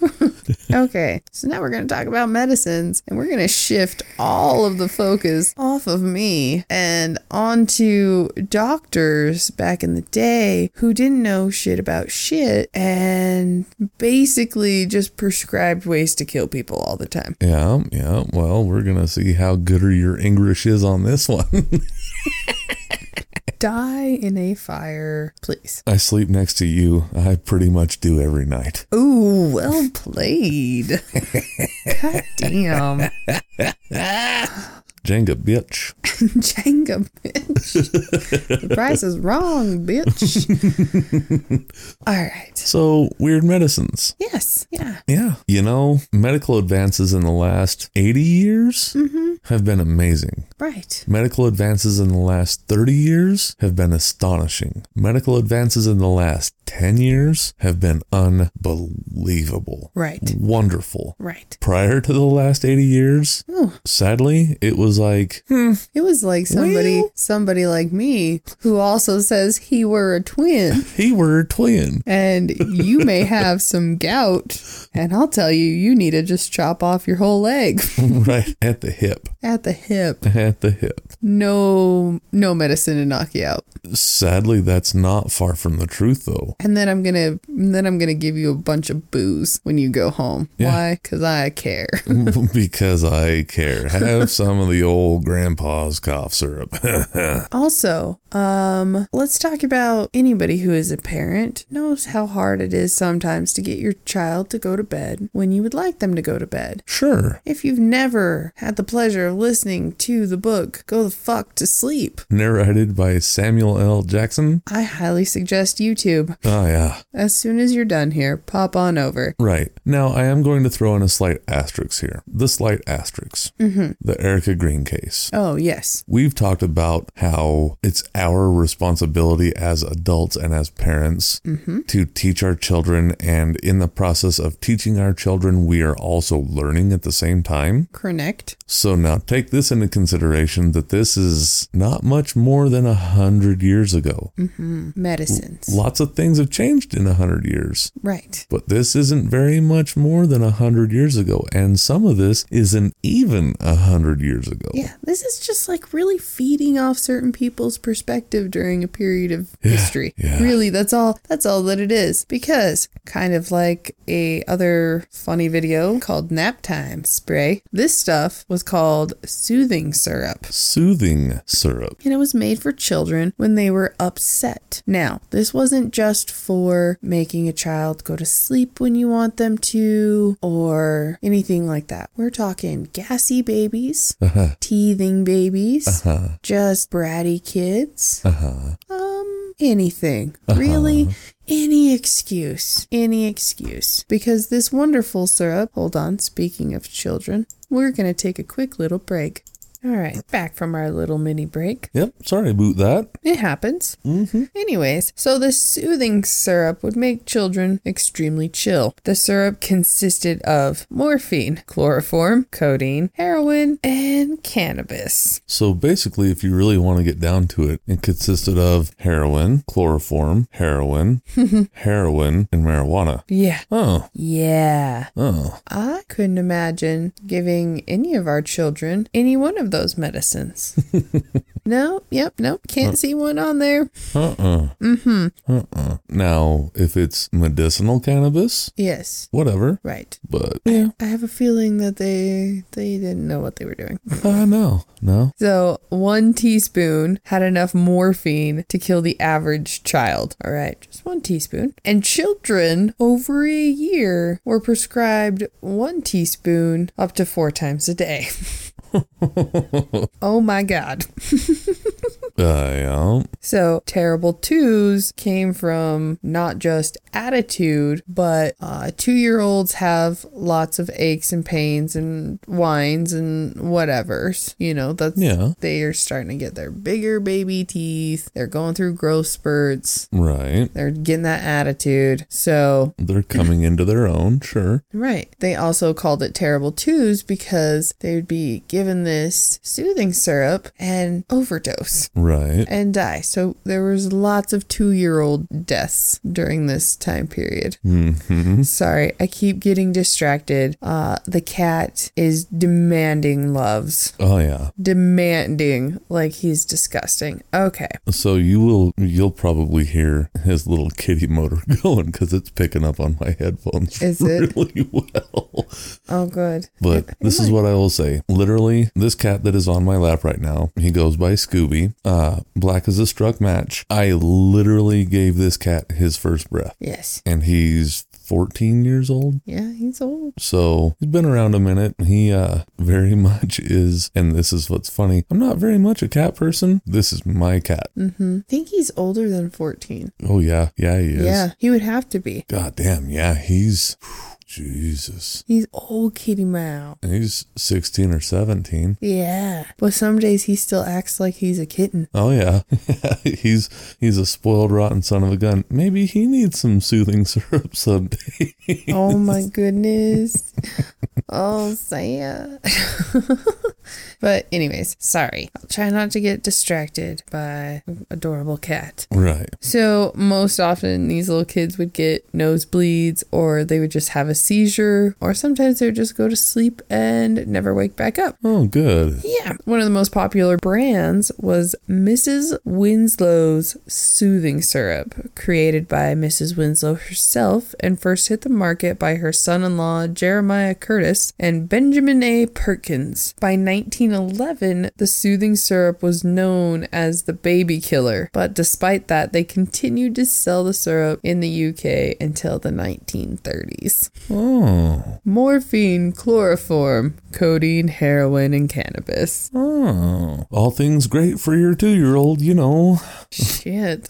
[SPEAKER 1] okay, so now we're going to talk about medicines and we're going to shift all of the focus off of me and onto doctors back in the day who didn't know shit about shit and basically just prescribed ways to kill people all the time.
[SPEAKER 2] yeah, yeah. Well, we're gonna see how good or your English is on this *laughs* one.
[SPEAKER 1] Die in a fire, please.
[SPEAKER 2] I sleep next to you. I pretty much do every night.
[SPEAKER 1] Ooh, well played. God damn.
[SPEAKER 2] Jenga, bitch.
[SPEAKER 1] *laughs* Jenga, bitch. the price is wrong,
[SPEAKER 2] *laughs*
[SPEAKER 1] bitch. All right.
[SPEAKER 2] So weird medicines.
[SPEAKER 1] Yes. Yeah.
[SPEAKER 2] Yeah, you know, medical advances in the last 80 years
[SPEAKER 1] Mm-hmm.
[SPEAKER 2] have been amazing.
[SPEAKER 1] Right.
[SPEAKER 2] Medical advances in the last 30 years have been astonishing. Medical advances in the last 10 years have been unbelievable.
[SPEAKER 1] Right.
[SPEAKER 2] Wonderful.
[SPEAKER 1] Right.
[SPEAKER 2] Prior to the last 80 years,
[SPEAKER 1] Oh,
[SPEAKER 2] sadly, it was like,
[SPEAKER 1] it was like somebody,
[SPEAKER 2] Well-
[SPEAKER 1] somebody like me, who also says he were a twin,
[SPEAKER 2] he were a twin. *laughs*
[SPEAKER 1] and you may have some gout, and I'll tell you, you need to just chop off your whole leg *laughs*
[SPEAKER 2] right at the hip.
[SPEAKER 1] at the hip.
[SPEAKER 2] At the hip.
[SPEAKER 1] No, no medicine to knock you out.
[SPEAKER 2] Sadly, that's not far from the truth, though.
[SPEAKER 1] *laughs* And then I'm gonna, then I'm gonna give you a bunch of booze when you go home.
[SPEAKER 2] Yeah.
[SPEAKER 1] Why? Because I care.
[SPEAKER 2] because I care. Have some of the old grandpa's cough syrup. *laughs*
[SPEAKER 1] Also, um, let's talk about anybody who is a parent knows how hard it is sometimes to get your child to go to bed when you would like them to go to bed.
[SPEAKER 2] sure.
[SPEAKER 1] If you've never had the pleasure of listening to the book, Go the Fuck to Sleep,
[SPEAKER 2] Narrated by Samuel L. Jackson.
[SPEAKER 1] I highly suggest YouTube.
[SPEAKER 2] Oh, yeah.
[SPEAKER 1] As soon as you're done here, pop on over.
[SPEAKER 2] Right. Now, I am going to throw in a slight asterisk here. The slight asterisk. Mm-hmm. The Erica Green case.
[SPEAKER 1] Oh, yes.
[SPEAKER 2] We've talked about how it's our responsibility as adults and as parents to teach our children. And in the process of teaching our children, we are also learning at the same time.
[SPEAKER 1] Connect.
[SPEAKER 2] So now take this into consideration that this is not much more than a hundred years ago.
[SPEAKER 1] Medicines.
[SPEAKER 2] Lots of things have changed in a hundred years.
[SPEAKER 1] Right.
[SPEAKER 2] But this isn't very much more than a hundred years ago, and some of this isn't even a hundred years ago.
[SPEAKER 1] Yeah, this is just like really feeding off certain people's perspective during a period of history.
[SPEAKER 2] yeah.
[SPEAKER 1] Really, that's all that's all that it is. Because kind of like a other funny video called nap time spray, this stuff was called soothing syrup.
[SPEAKER 2] Soothing syrup.
[SPEAKER 1] And it was made for children when they were upset. Now, this wasn't just for making a child go to sleep when you want them to or anything like that. We're talking gassy babies, teething babies, just bratty kids. Um, anything. Really? Any excuse. Any excuse. Because this wonderful syrup, hold on, speaking of children, we're going to take a quick little break. All right, back from our little mini break.
[SPEAKER 2] Yep, sorry about that.
[SPEAKER 1] It happens. Mm-hmm. Anyways, so the soothing syrup would make children extremely chill. The syrup consisted of morphine, chloroform, codeine, heroin, and cannabis.
[SPEAKER 2] So basically, if you really want to get down to it, it consisted of heroin, chloroform, heroin, heroin, and marijuana.
[SPEAKER 1] Yeah.
[SPEAKER 2] Oh,
[SPEAKER 1] Yeah.
[SPEAKER 2] oh.
[SPEAKER 1] I couldn't imagine giving any of our children any one of of those medicines. no, yep, nope. Can't see one on there.
[SPEAKER 2] Uh-uh. Mm-hmm. Uh-uh. Now, if it's medicinal cannabis,
[SPEAKER 1] Yes,
[SPEAKER 2] whatever.
[SPEAKER 1] right.
[SPEAKER 2] But yeah,
[SPEAKER 1] I have a feeling that they they didn't know what they were doing.
[SPEAKER 2] I know. No. *laughs*
[SPEAKER 1] So, one teaspoon had enough morphine to kill the average child. All right, just one teaspoon. And children over a year were prescribed one teaspoon up to four times a day. *laughs* oh my God.
[SPEAKER 2] Uh, yeah.
[SPEAKER 1] So, terrible twos came from not just attitude, but uh, two year olds have lots of aches and pains and whines and whatevers. You know, that's
[SPEAKER 2] Yeah.
[SPEAKER 1] they are starting to get their bigger baby teeth. They're going through growth spurts.
[SPEAKER 2] Right.
[SPEAKER 1] They're getting that attitude. So,
[SPEAKER 2] They're coming into their own, sure.
[SPEAKER 1] right. They also called it terrible twos because they would be given this soothing syrup and overdose *laughs*
[SPEAKER 2] Right.
[SPEAKER 1] and die. So there was lots of 2-year-old deaths during this time period.
[SPEAKER 2] Mm-hmm.
[SPEAKER 1] Sorry, I keep getting distracted. Uh the cat is demanding loves.
[SPEAKER 2] Oh yeah.
[SPEAKER 1] Demanding like he's disgusting. Okay.
[SPEAKER 2] So you will you'll probably hear his little kitty motor *laughs* going cuz it's picking up on my headphones
[SPEAKER 1] Is it?
[SPEAKER 2] really *laughs* well.
[SPEAKER 1] Oh good.
[SPEAKER 2] But this is what I will say. Literally, this cat that is on my lap right now, he goes by Scooby, uh, black as a struck match. I literally gave this cat his first breath,
[SPEAKER 1] Yes.
[SPEAKER 2] and he's 14 years old.
[SPEAKER 1] Yeah, he's old.
[SPEAKER 2] So he's been around a minute. He uh, very *laughs* much is, and this is what's funny. I'm not very much a cat person. This is my cat.
[SPEAKER 1] I think he's older than 14.
[SPEAKER 2] Oh yeah, yeah he is.
[SPEAKER 1] Yeah, he would have to be.
[SPEAKER 2] God damn, yeah, he's Jesus.
[SPEAKER 1] He's old kitty mouse.
[SPEAKER 2] He's 16 or 17.
[SPEAKER 1] Yeah. But some days he still acts like he's a kitten.
[SPEAKER 2] Oh yeah, *laughs* he's he's a spoiled, rotten son of a gun. Maybe he needs some soothing *laughs* syrup someday.
[SPEAKER 1] Oh my goodness. oh, Saya. *laughs* but, anyways, sorry. I'll try not to get distracted by adorable cat.
[SPEAKER 2] right.
[SPEAKER 1] So, most often these little kids would get nosebleeds or they would just have a seizure, or sometimes they would just go to sleep and never wake back up.
[SPEAKER 2] Oh, good.
[SPEAKER 1] Yeah. One of the most popular brands was Mrs. Winslow's soothing syrup, created by Mrs. Winslow herself and first hit the market by her son in law, Jeremiah Curtis, and Benjamin A. Perkins. By 1911, the soothing syrup was known as the baby killer, but despite that, they continued to sell the syrup in the UK until the 1930s.
[SPEAKER 2] Oh,
[SPEAKER 1] Morphine, chloroform, codeine, heroin, and cannabis.
[SPEAKER 2] oh. All things great for your two-year-old, you know.
[SPEAKER 1] Shit.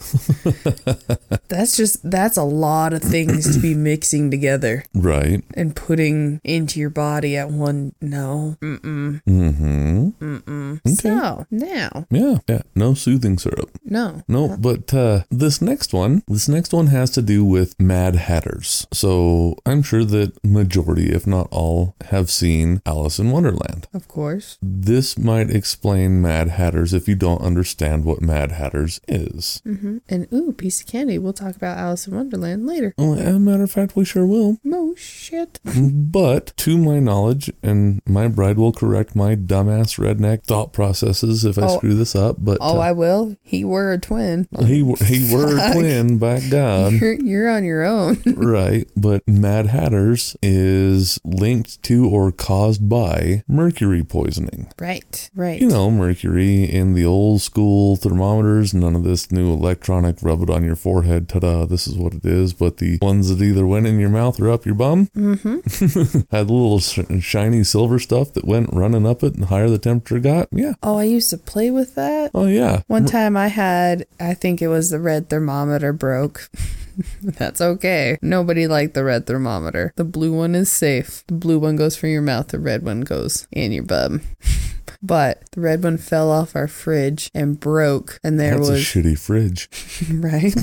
[SPEAKER 1] that's just that's a lot of things to be mixing together
[SPEAKER 2] Right.
[SPEAKER 1] and putting into your body at one no. Mm-mm.
[SPEAKER 2] Mm-hmm.
[SPEAKER 1] So now.
[SPEAKER 2] Yeah. Yeah. No soothing syrup.
[SPEAKER 1] No.
[SPEAKER 2] No, but uh, this next one, this next one has to do with Mad Hatters. So I'm sure that majority, if not all, have seen Alice in Wonderland.
[SPEAKER 1] Of course.
[SPEAKER 2] This might explain Mad Hatters if you don't understand what Mad Hatters is.
[SPEAKER 1] hmm And ooh, piece of candy. We'll talk about Alice in Wonderland later.
[SPEAKER 2] Well, as a matter of fact, we sure will.
[SPEAKER 1] Oh shit.
[SPEAKER 2] But to my knowledge, and my bride will correct my dumbass redneck thought processes if I
[SPEAKER 1] Oh.
[SPEAKER 2] screw this up, but
[SPEAKER 1] Oh,
[SPEAKER 2] uh,
[SPEAKER 1] I will. He were a twin.
[SPEAKER 2] he, were- he were
[SPEAKER 1] *laughs*
[SPEAKER 2] a twin, by God.
[SPEAKER 1] You're, you're on your own. *laughs*
[SPEAKER 2] right. But Mad Hatters is linked to or caused by mercury poisoning.
[SPEAKER 1] right. Right.
[SPEAKER 2] you know, mercury in the old school thermometers, none of this new electronic rub it on your forehead, ta da, this is what it is. But the ones that either went in your mouth or up your bum
[SPEAKER 1] Mm-hmm.
[SPEAKER 2] *laughs* had the little sh- shiny silver stuff that went running up it and the higher the temperature got. Yeah.
[SPEAKER 1] Oh, I used to play with that.
[SPEAKER 2] Oh, yeah.
[SPEAKER 1] One time I had, I think it was the red thermometer broke. *laughs* That's okay. Nobody liked the red thermometer. The blue one is safe. The blue one goes for your mouth, the red one goes in your bum. *laughs* but the red one fell off our fridge and broke, and there
[SPEAKER 2] That's a
[SPEAKER 1] was
[SPEAKER 2] shitty fridge.
[SPEAKER 1] *laughs* right?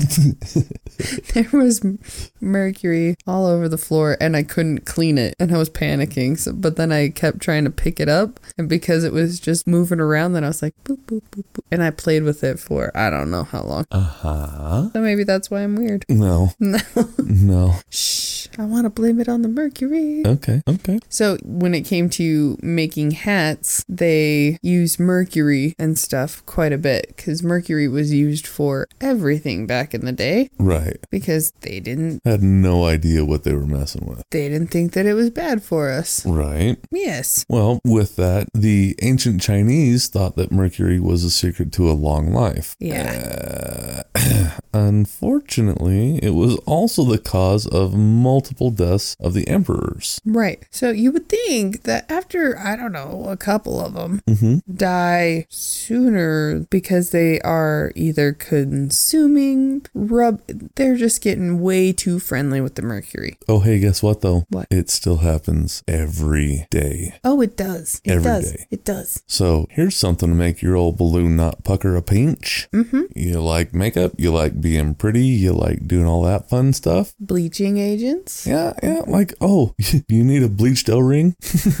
[SPEAKER 1] there was m- mercury all over the floor and I couldn't clean it and I was panicking. So, but then I kept trying to pick it up and because it was just moving around then I was like boop boop boop boop and I played with it for I don't know how long.
[SPEAKER 2] Uh huh.
[SPEAKER 1] So maybe that's why I'm weird. *laughs*
[SPEAKER 2] No.
[SPEAKER 1] No.
[SPEAKER 2] No.
[SPEAKER 1] Shh. I want to blame it on the mercury.
[SPEAKER 2] Okay. Okay.
[SPEAKER 1] So when it came to making hats, they they use mercury and stuff quite a bit because mercury was used for everything back in the day
[SPEAKER 2] Right.
[SPEAKER 1] because they didn't
[SPEAKER 2] Had no idea what they were messing with.
[SPEAKER 1] they didn't think that it was bad for us.
[SPEAKER 2] Right.
[SPEAKER 1] Yes.
[SPEAKER 2] Well, with that, the ancient Chinese thought that mercury was a secret to a long life.
[SPEAKER 1] Yeah.
[SPEAKER 2] Uh, unfortunately, it was also the cause of multiple deaths of the emperors.
[SPEAKER 1] Right. So you would think that after, I don't know, a couple of them
[SPEAKER 2] Mm-hmm.
[SPEAKER 1] die sooner because they are either consuming, rub, they're just getting way too friendly with the mercury.
[SPEAKER 2] Oh, hey, guess what though?
[SPEAKER 1] What?
[SPEAKER 2] It still happens every day.
[SPEAKER 1] Oh, it does. It
[SPEAKER 2] Every
[SPEAKER 1] does.
[SPEAKER 2] day.
[SPEAKER 1] It does.
[SPEAKER 2] So here's something to make your old balloon not pucker a pinch. Mm-hmm. You like makeup, you like being pretty, you like doing all that fun stuff.
[SPEAKER 1] Bleaching agents.
[SPEAKER 2] Yeah, yeah. Like, oh, *laughs* you need a bleached O ring?
[SPEAKER 1] *laughs*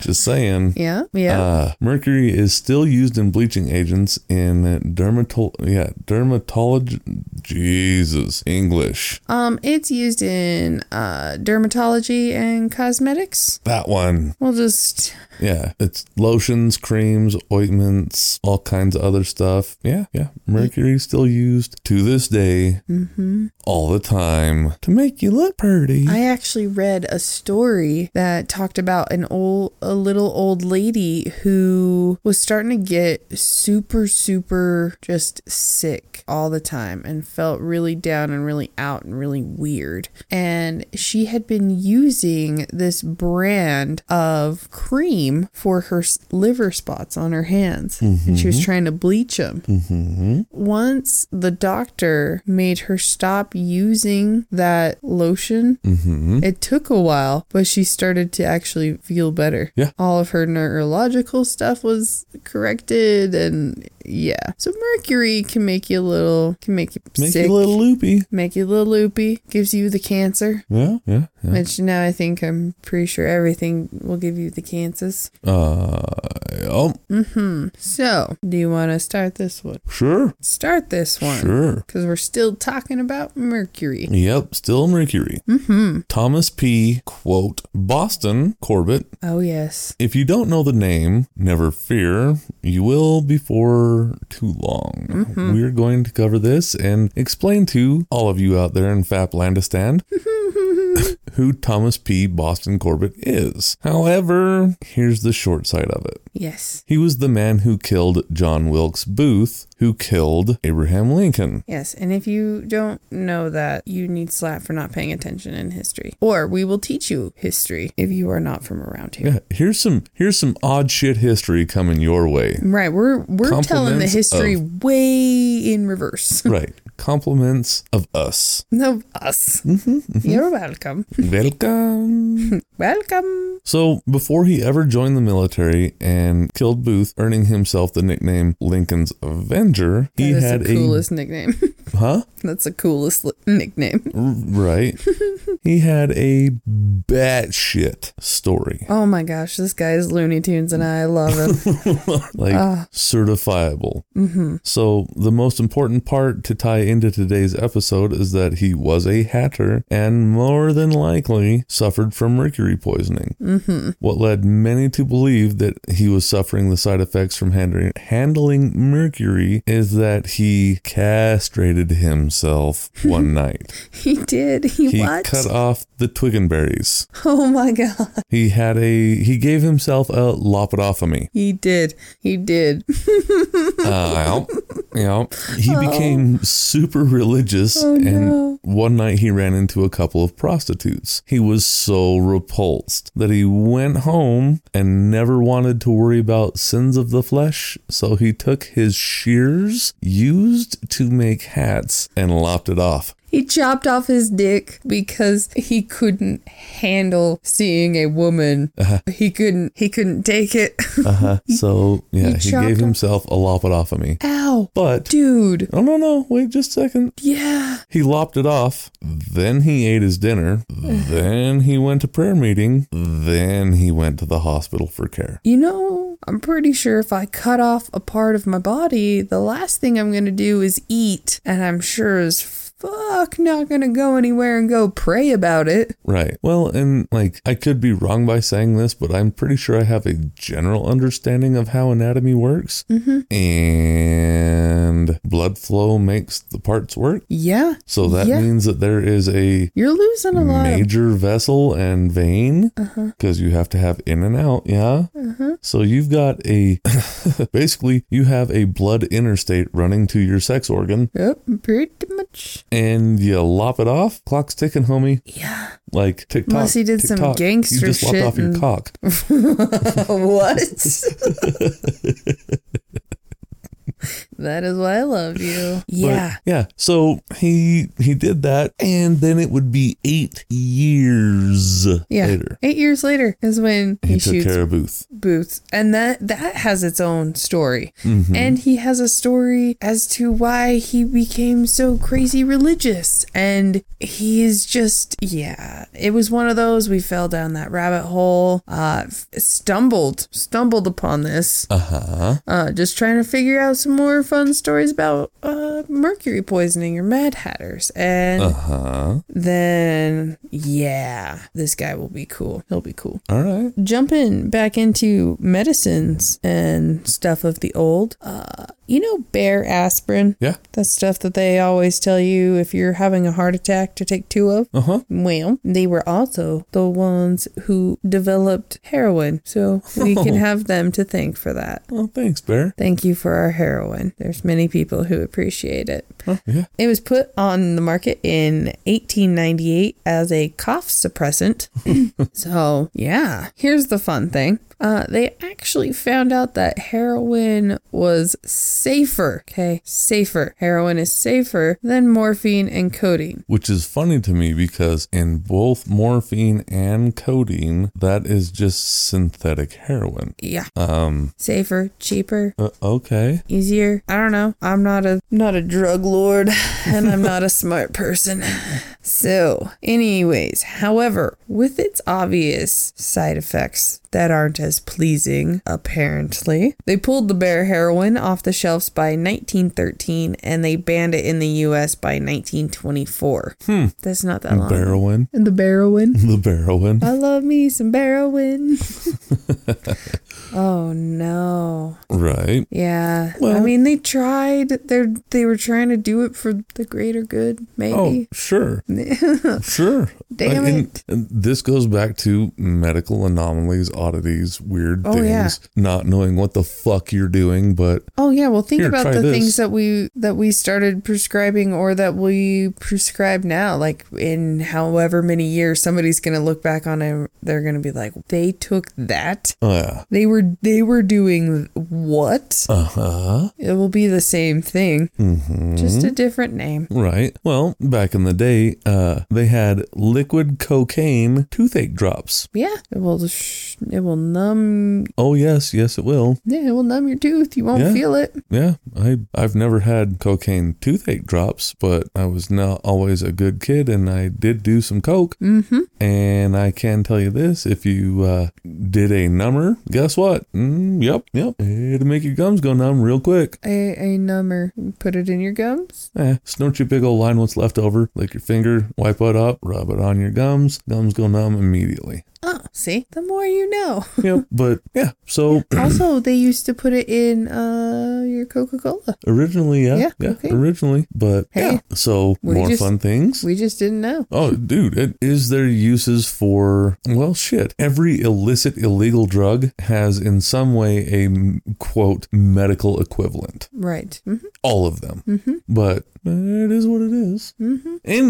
[SPEAKER 2] Just saying.
[SPEAKER 1] Yeah. Yeah.
[SPEAKER 2] Uh, mercury is still used in bleaching agents in dermatol. Yeah, dermatology. Jesus, English.
[SPEAKER 1] um, it's used in uh, dermatology and cosmetics.
[SPEAKER 2] That one.
[SPEAKER 1] We'll just
[SPEAKER 2] Yeah, it's lotions, creams, ointments, all kinds of other stuff. Yeah, yeah. Mercury's still used to this day, all the time, to make you look pretty.
[SPEAKER 1] Mm-hmm. I actually read a story that talked about an old, a little old lady who was starting to get super, super just sick all the time and felt really down and really out and really weird. And she had been using this brand of cream for her s- liver spots on her hands, and she was trying to bleach them once the doctor made her stop using that lotion,
[SPEAKER 2] Mm-hmm. Hmm?
[SPEAKER 1] it took a while, but she started to actually feel better.
[SPEAKER 2] Yeah.
[SPEAKER 1] All of her neurological stuff was corrected and yeah. So mercury can make you a little can make you
[SPEAKER 2] make
[SPEAKER 1] sick.
[SPEAKER 2] you a little loopy.
[SPEAKER 1] Make you a little loopy, gives you the cancer.
[SPEAKER 2] Yeah, yeah, yeah.
[SPEAKER 1] Which now I think I'm pretty sure everything will give you the cancers.
[SPEAKER 2] Uh, oh,
[SPEAKER 1] So, do you want to start this one?
[SPEAKER 2] sure,
[SPEAKER 1] Start this one.
[SPEAKER 2] sure.
[SPEAKER 1] because we're still talking about Mercury.
[SPEAKER 2] Yep, still Mercury. Thomas P. Quote Boston Corbett.
[SPEAKER 1] Oh, yes.
[SPEAKER 2] If you don't know the name, never fear, you will before too long. We're going to cover this and explain to all of you out there in Faplandistan who Thomas P. Boston Corbett is. However, here's the short side of it.
[SPEAKER 1] Yes.
[SPEAKER 2] He was the man who killed John Wilkes Booth, who killed Abraham Lincoln.
[SPEAKER 1] Yes. And if you don't know that, you need slap for not paying attention in history. Or we will teach you history if you are not from around here.
[SPEAKER 2] Yeah, here's some here's some odd shit history coming your
[SPEAKER 1] *laughs*
[SPEAKER 2] way.
[SPEAKER 1] Right. We're we're telling the
[SPEAKER 2] Compliments
[SPEAKER 1] history way in reverse. *laughs*
[SPEAKER 2] Right. Compliments of us.
[SPEAKER 1] of us.
[SPEAKER 2] Mm-hmm,
[SPEAKER 1] You're welcome.
[SPEAKER 2] Welcome.
[SPEAKER 1] *laughs* welcome.
[SPEAKER 2] So, before he ever joined the military and killed Booth, earning himself the nickname Lincoln's Avenger, he
[SPEAKER 1] That's
[SPEAKER 2] had
[SPEAKER 1] the coolest nickname. *laughs*
[SPEAKER 2] a huh?
[SPEAKER 1] That's the coolest li- nickname.
[SPEAKER 2] R- Right.
[SPEAKER 1] *laughs*
[SPEAKER 2] he had a batshit story.
[SPEAKER 1] Oh my gosh, this guy is Looney Tunes and I love
[SPEAKER 2] *laughs*
[SPEAKER 1] him.
[SPEAKER 2] Like
[SPEAKER 1] Uh,
[SPEAKER 2] certifiable. Mm-hmm. So the most important part to tie into today's episode is that he was a hatter and more than likely suffered from mercury poisoning.
[SPEAKER 1] Mm-hmm.
[SPEAKER 2] what led many to believe that he was suffering the side effects from handling, handling mercury is that he castrated
[SPEAKER 1] *laughs*
[SPEAKER 2] himself one night.
[SPEAKER 1] he did. He,
[SPEAKER 2] He
[SPEAKER 1] what?
[SPEAKER 2] cut off the twig and berries.
[SPEAKER 1] oh my *laughs* god.
[SPEAKER 2] He had a he gave himself a lopidotomy.
[SPEAKER 1] He did. He did.
[SPEAKER 2] Uh, you know, he became super religious,
[SPEAKER 1] Oh,
[SPEAKER 2] and
[SPEAKER 1] no.
[SPEAKER 2] one night he ran into a couple of prostitutes. He was so repulsed that he went home and never wanted to worry about sins of the flesh. So he took his shears used to make hats and lopped it off.
[SPEAKER 1] He chopped off his dick because he couldn't handle seeing a woman. He couldn't he couldn't take it. *laughs*
[SPEAKER 2] Uh-huh. So yeah, he,
[SPEAKER 1] chopped
[SPEAKER 2] gave
[SPEAKER 1] off-
[SPEAKER 2] himself a lopidotomy,
[SPEAKER 1] Ow.
[SPEAKER 2] but.
[SPEAKER 1] Dude.
[SPEAKER 2] Oh no no! Wait just a second.
[SPEAKER 1] Yeah.
[SPEAKER 2] He lopped it off. Then he ate his dinner. then he went to prayer meeting. Then he went to the hospital for care.
[SPEAKER 1] You know, I'm pretty sure if I cut off a part of my body, the last thing I'm going to do is eat, and I'm sure as fuck not gonna go anywhere and go pray about it.
[SPEAKER 2] Right. Well, and like I could be wrong by saying this, but I'm pretty sure I have a general understanding of how anatomy works. Mm-hmm. And blood flow makes the parts work.
[SPEAKER 1] Yeah.
[SPEAKER 2] So that
[SPEAKER 1] Yeah.
[SPEAKER 2] means that there is a
[SPEAKER 1] You're losing a lot. Uh-huh.
[SPEAKER 2] major vessel and vein because you have to have in and out. Yeah. So you've got a *laughs* basically you have a blood interstate running to your sex organ
[SPEAKER 1] Yep, pretty much.
[SPEAKER 2] and you lop it off. Clock's ticking, homie.
[SPEAKER 1] Yeah.
[SPEAKER 2] Like TikTok.
[SPEAKER 1] Unless he did some
[SPEAKER 2] tick-tock.
[SPEAKER 1] gangster
[SPEAKER 2] You just lopped
[SPEAKER 1] shit
[SPEAKER 2] off your
[SPEAKER 1] and-
[SPEAKER 2] cock.
[SPEAKER 1] *laughs*
[SPEAKER 2] *laughs*
[SPEAKER 1] what? that is why I love you.
[SPEAKER 2] But,
[SPEAKER 1] Yeah.
[SPEAKER 2] yeah. So he he did that, and then it would be eight years
[SPEAKER 1] yeah.
[SPEAKER 2] later.
[SPEAKER 1] Eight years later is when
[SPEAKER 2] He,
[SPEAKER 1] he,
[SPEAKER 2] took
[SPEAKER 1] shoots
[SPEAKER 2] care of Booth.
[SPEAKER 1] Booth, and that that has its own story, and he has a story as to why he became so crazy religious, and he is just yeah, it was one of those we fell down that rabbit hole, uh, f- stumbled stumbled upon this,
[SPEAKER 2] Uh huh.
[SPEAKER 1] uh, just trying to figure out some more fun stories about uh mercury poisoning or Mad Hatters, and
[SPEAKER 2] Uh huh.
[SPEAKER 1] then yeah, this guy will be cool, he'll be cool
[SPEAKER 2] All right.
[SPEAKER 1] jumping back into medicines and stuff of the old uh you know bear aspirin
[SPEAKER 2] Yeah.
[SPEAKER 1] that stuff that they always tell you if you're having a heart attack to take two of
[SPEAKER 2] Uh huh.
[SPEAKER 1] well they were also the ones who developed heroin so we can have them to thank for that
[SPEAKER 2] Well, thanks, Bear.
[SPEAKER 1] thank you for our heroin there's many people who appreciate it
[SPEAKER 2] Huh, yeah.
[SPEAKER 1] it was put on the market in 1898 as a cough suppressant. so, yeah, here's the fun thing. Uh, they actually found out that heroin was safer. Okay, safer. Heroin is safer than morphine and codeine.
[SPEAKER 2] Which is funny to me because in both morphine and codeine, that is just synthetic heroin.
[SPEAKER 1] Yeah,
[SPEAKER 2] Um.
[SPEAKER 1] safer, cheaper,
[SPEAKER 2] uh, okay.
[SPEAKER 1] easier. I don't know. I'm not a not a drug lord *laughs* and I'm not a smart person. So, anyways, however, with its obvious side effects that aren't as pleasing apparently, they pulled the bear heroin off the shelves by 1913 and they banned it in the US by 1924. Hmm. That's not that long.
[SPEAKER 2] Barrowin.
[SPEAKER 1] and the
[SPEAKER 2] *laughs*
[SPEAKER 1] heroin.
[SPEAKER 2] The barrowin.
[SPEAKER 1] I love me some *laughs* heroin. oh no.
[SPEAKER 2] Right.
[SPEAKER 1] Yeah. I
[SPEAKER 2] Well-
[SPEAKER 1] mean, they tried. They are they were trying to do it for the greater good,
[SPEAKER 2] Oh,
[SPEAKER 1] maybe. *laughs*
[SPEAKER 2] sure. Sure.
[SPEAKER 1] Damn
[SPEAKER 2] Like, and-
[SPEAKER 1] it.
[SPEAKER 2] and this goes back to medical anomalies, oddities, weird
[SPEAKER 1] Oh,
[SPEAKER 2] things,
[SPEAKER 1] yeah.
[SPEAKER 2] not knowing what the fuck you're doing, but
[SPEAKER 1] Oh, yeah. Well, think
[SPEAKER 2] Here,
[SPEAKER 1] about
[SPEAKER 2] try
[SPEAKER 1] the
[SPEAKER 2] this.
[SPEAKER 1] things that we that we started prescribing or that we prescribe now. Like in however many years, somebody's gonna look back on it. and They're gonna be like, they took that.
[SPEAKER 2] uh,
[SPEAKER 1] They were they were doing what?
[SPEAKER 2] uh-huh.
[SPEAKER 1] It will be the same thing,
[SPEAKER 2] Mm-hmm.
[SPEAKER 1] just a different name.
[SPEAKER 2] Right. Well, back in the day, uh, they had liquid cocaine toothache drops.
[SPEAKER 1] Yeah, it will sh- it will numb.
[SPEAKER 2] Oh yes, yes it will.
[SPEAKER 1] Yeah, it will numb your tooth. You won't
[SPEAKER 2] Yeah.
[SPEAKER 1] feel it.
[SPEAKER 2] Yeah, I I've never had cocaine toothache drops, but I was not always a good kid, and I did do some coke. Mm-hmm. And I can tell you this: if you uh, did a number, guess what? Mm, yep, yep, it'll make your gums go numb real quick.
[SPEAKER 1] a, a number. Put it in your gums.
[SPEAKER 2] Eh, snort your big old line, what's left over, lick your finger, wipe it up, rub it on your gums. Gums go numb
[SPEAKER 1] *laughs*
[SPEAKER 2] immediately.
[SPEAKER 1] Oh, see, the more you know. *clears throat*
[SPEAKER 2] Yep, but yeah, so
[SPEAKER 1] also, they used to put it in uh your Coca Cola.
[SPEAKER 2] originally, yeah,
[SPEAKER 1] Yeah,
[SPEAKER 2] yeah,
[SPEAKER 1] okay.
[SPEAKER 2] originally, but
[SPEAKER 1] Hey,
[SPEAKER 2] yeah, so
[SPEAKER 1] we
[SPEAKER 2] more
[SPEAKER 1] just-
[SPEAKER 2] fun things.
[SPEAKER 1] We just didn't know.
[SPEAKER 2] Oh, dude, it is there uses for, well, shit. Every illicit, illegal drug has in some way a m- quote medical equivalent.
[SPEAKER 1] Right. hmm
[SPEAKER 2] All of them. But it is what it is.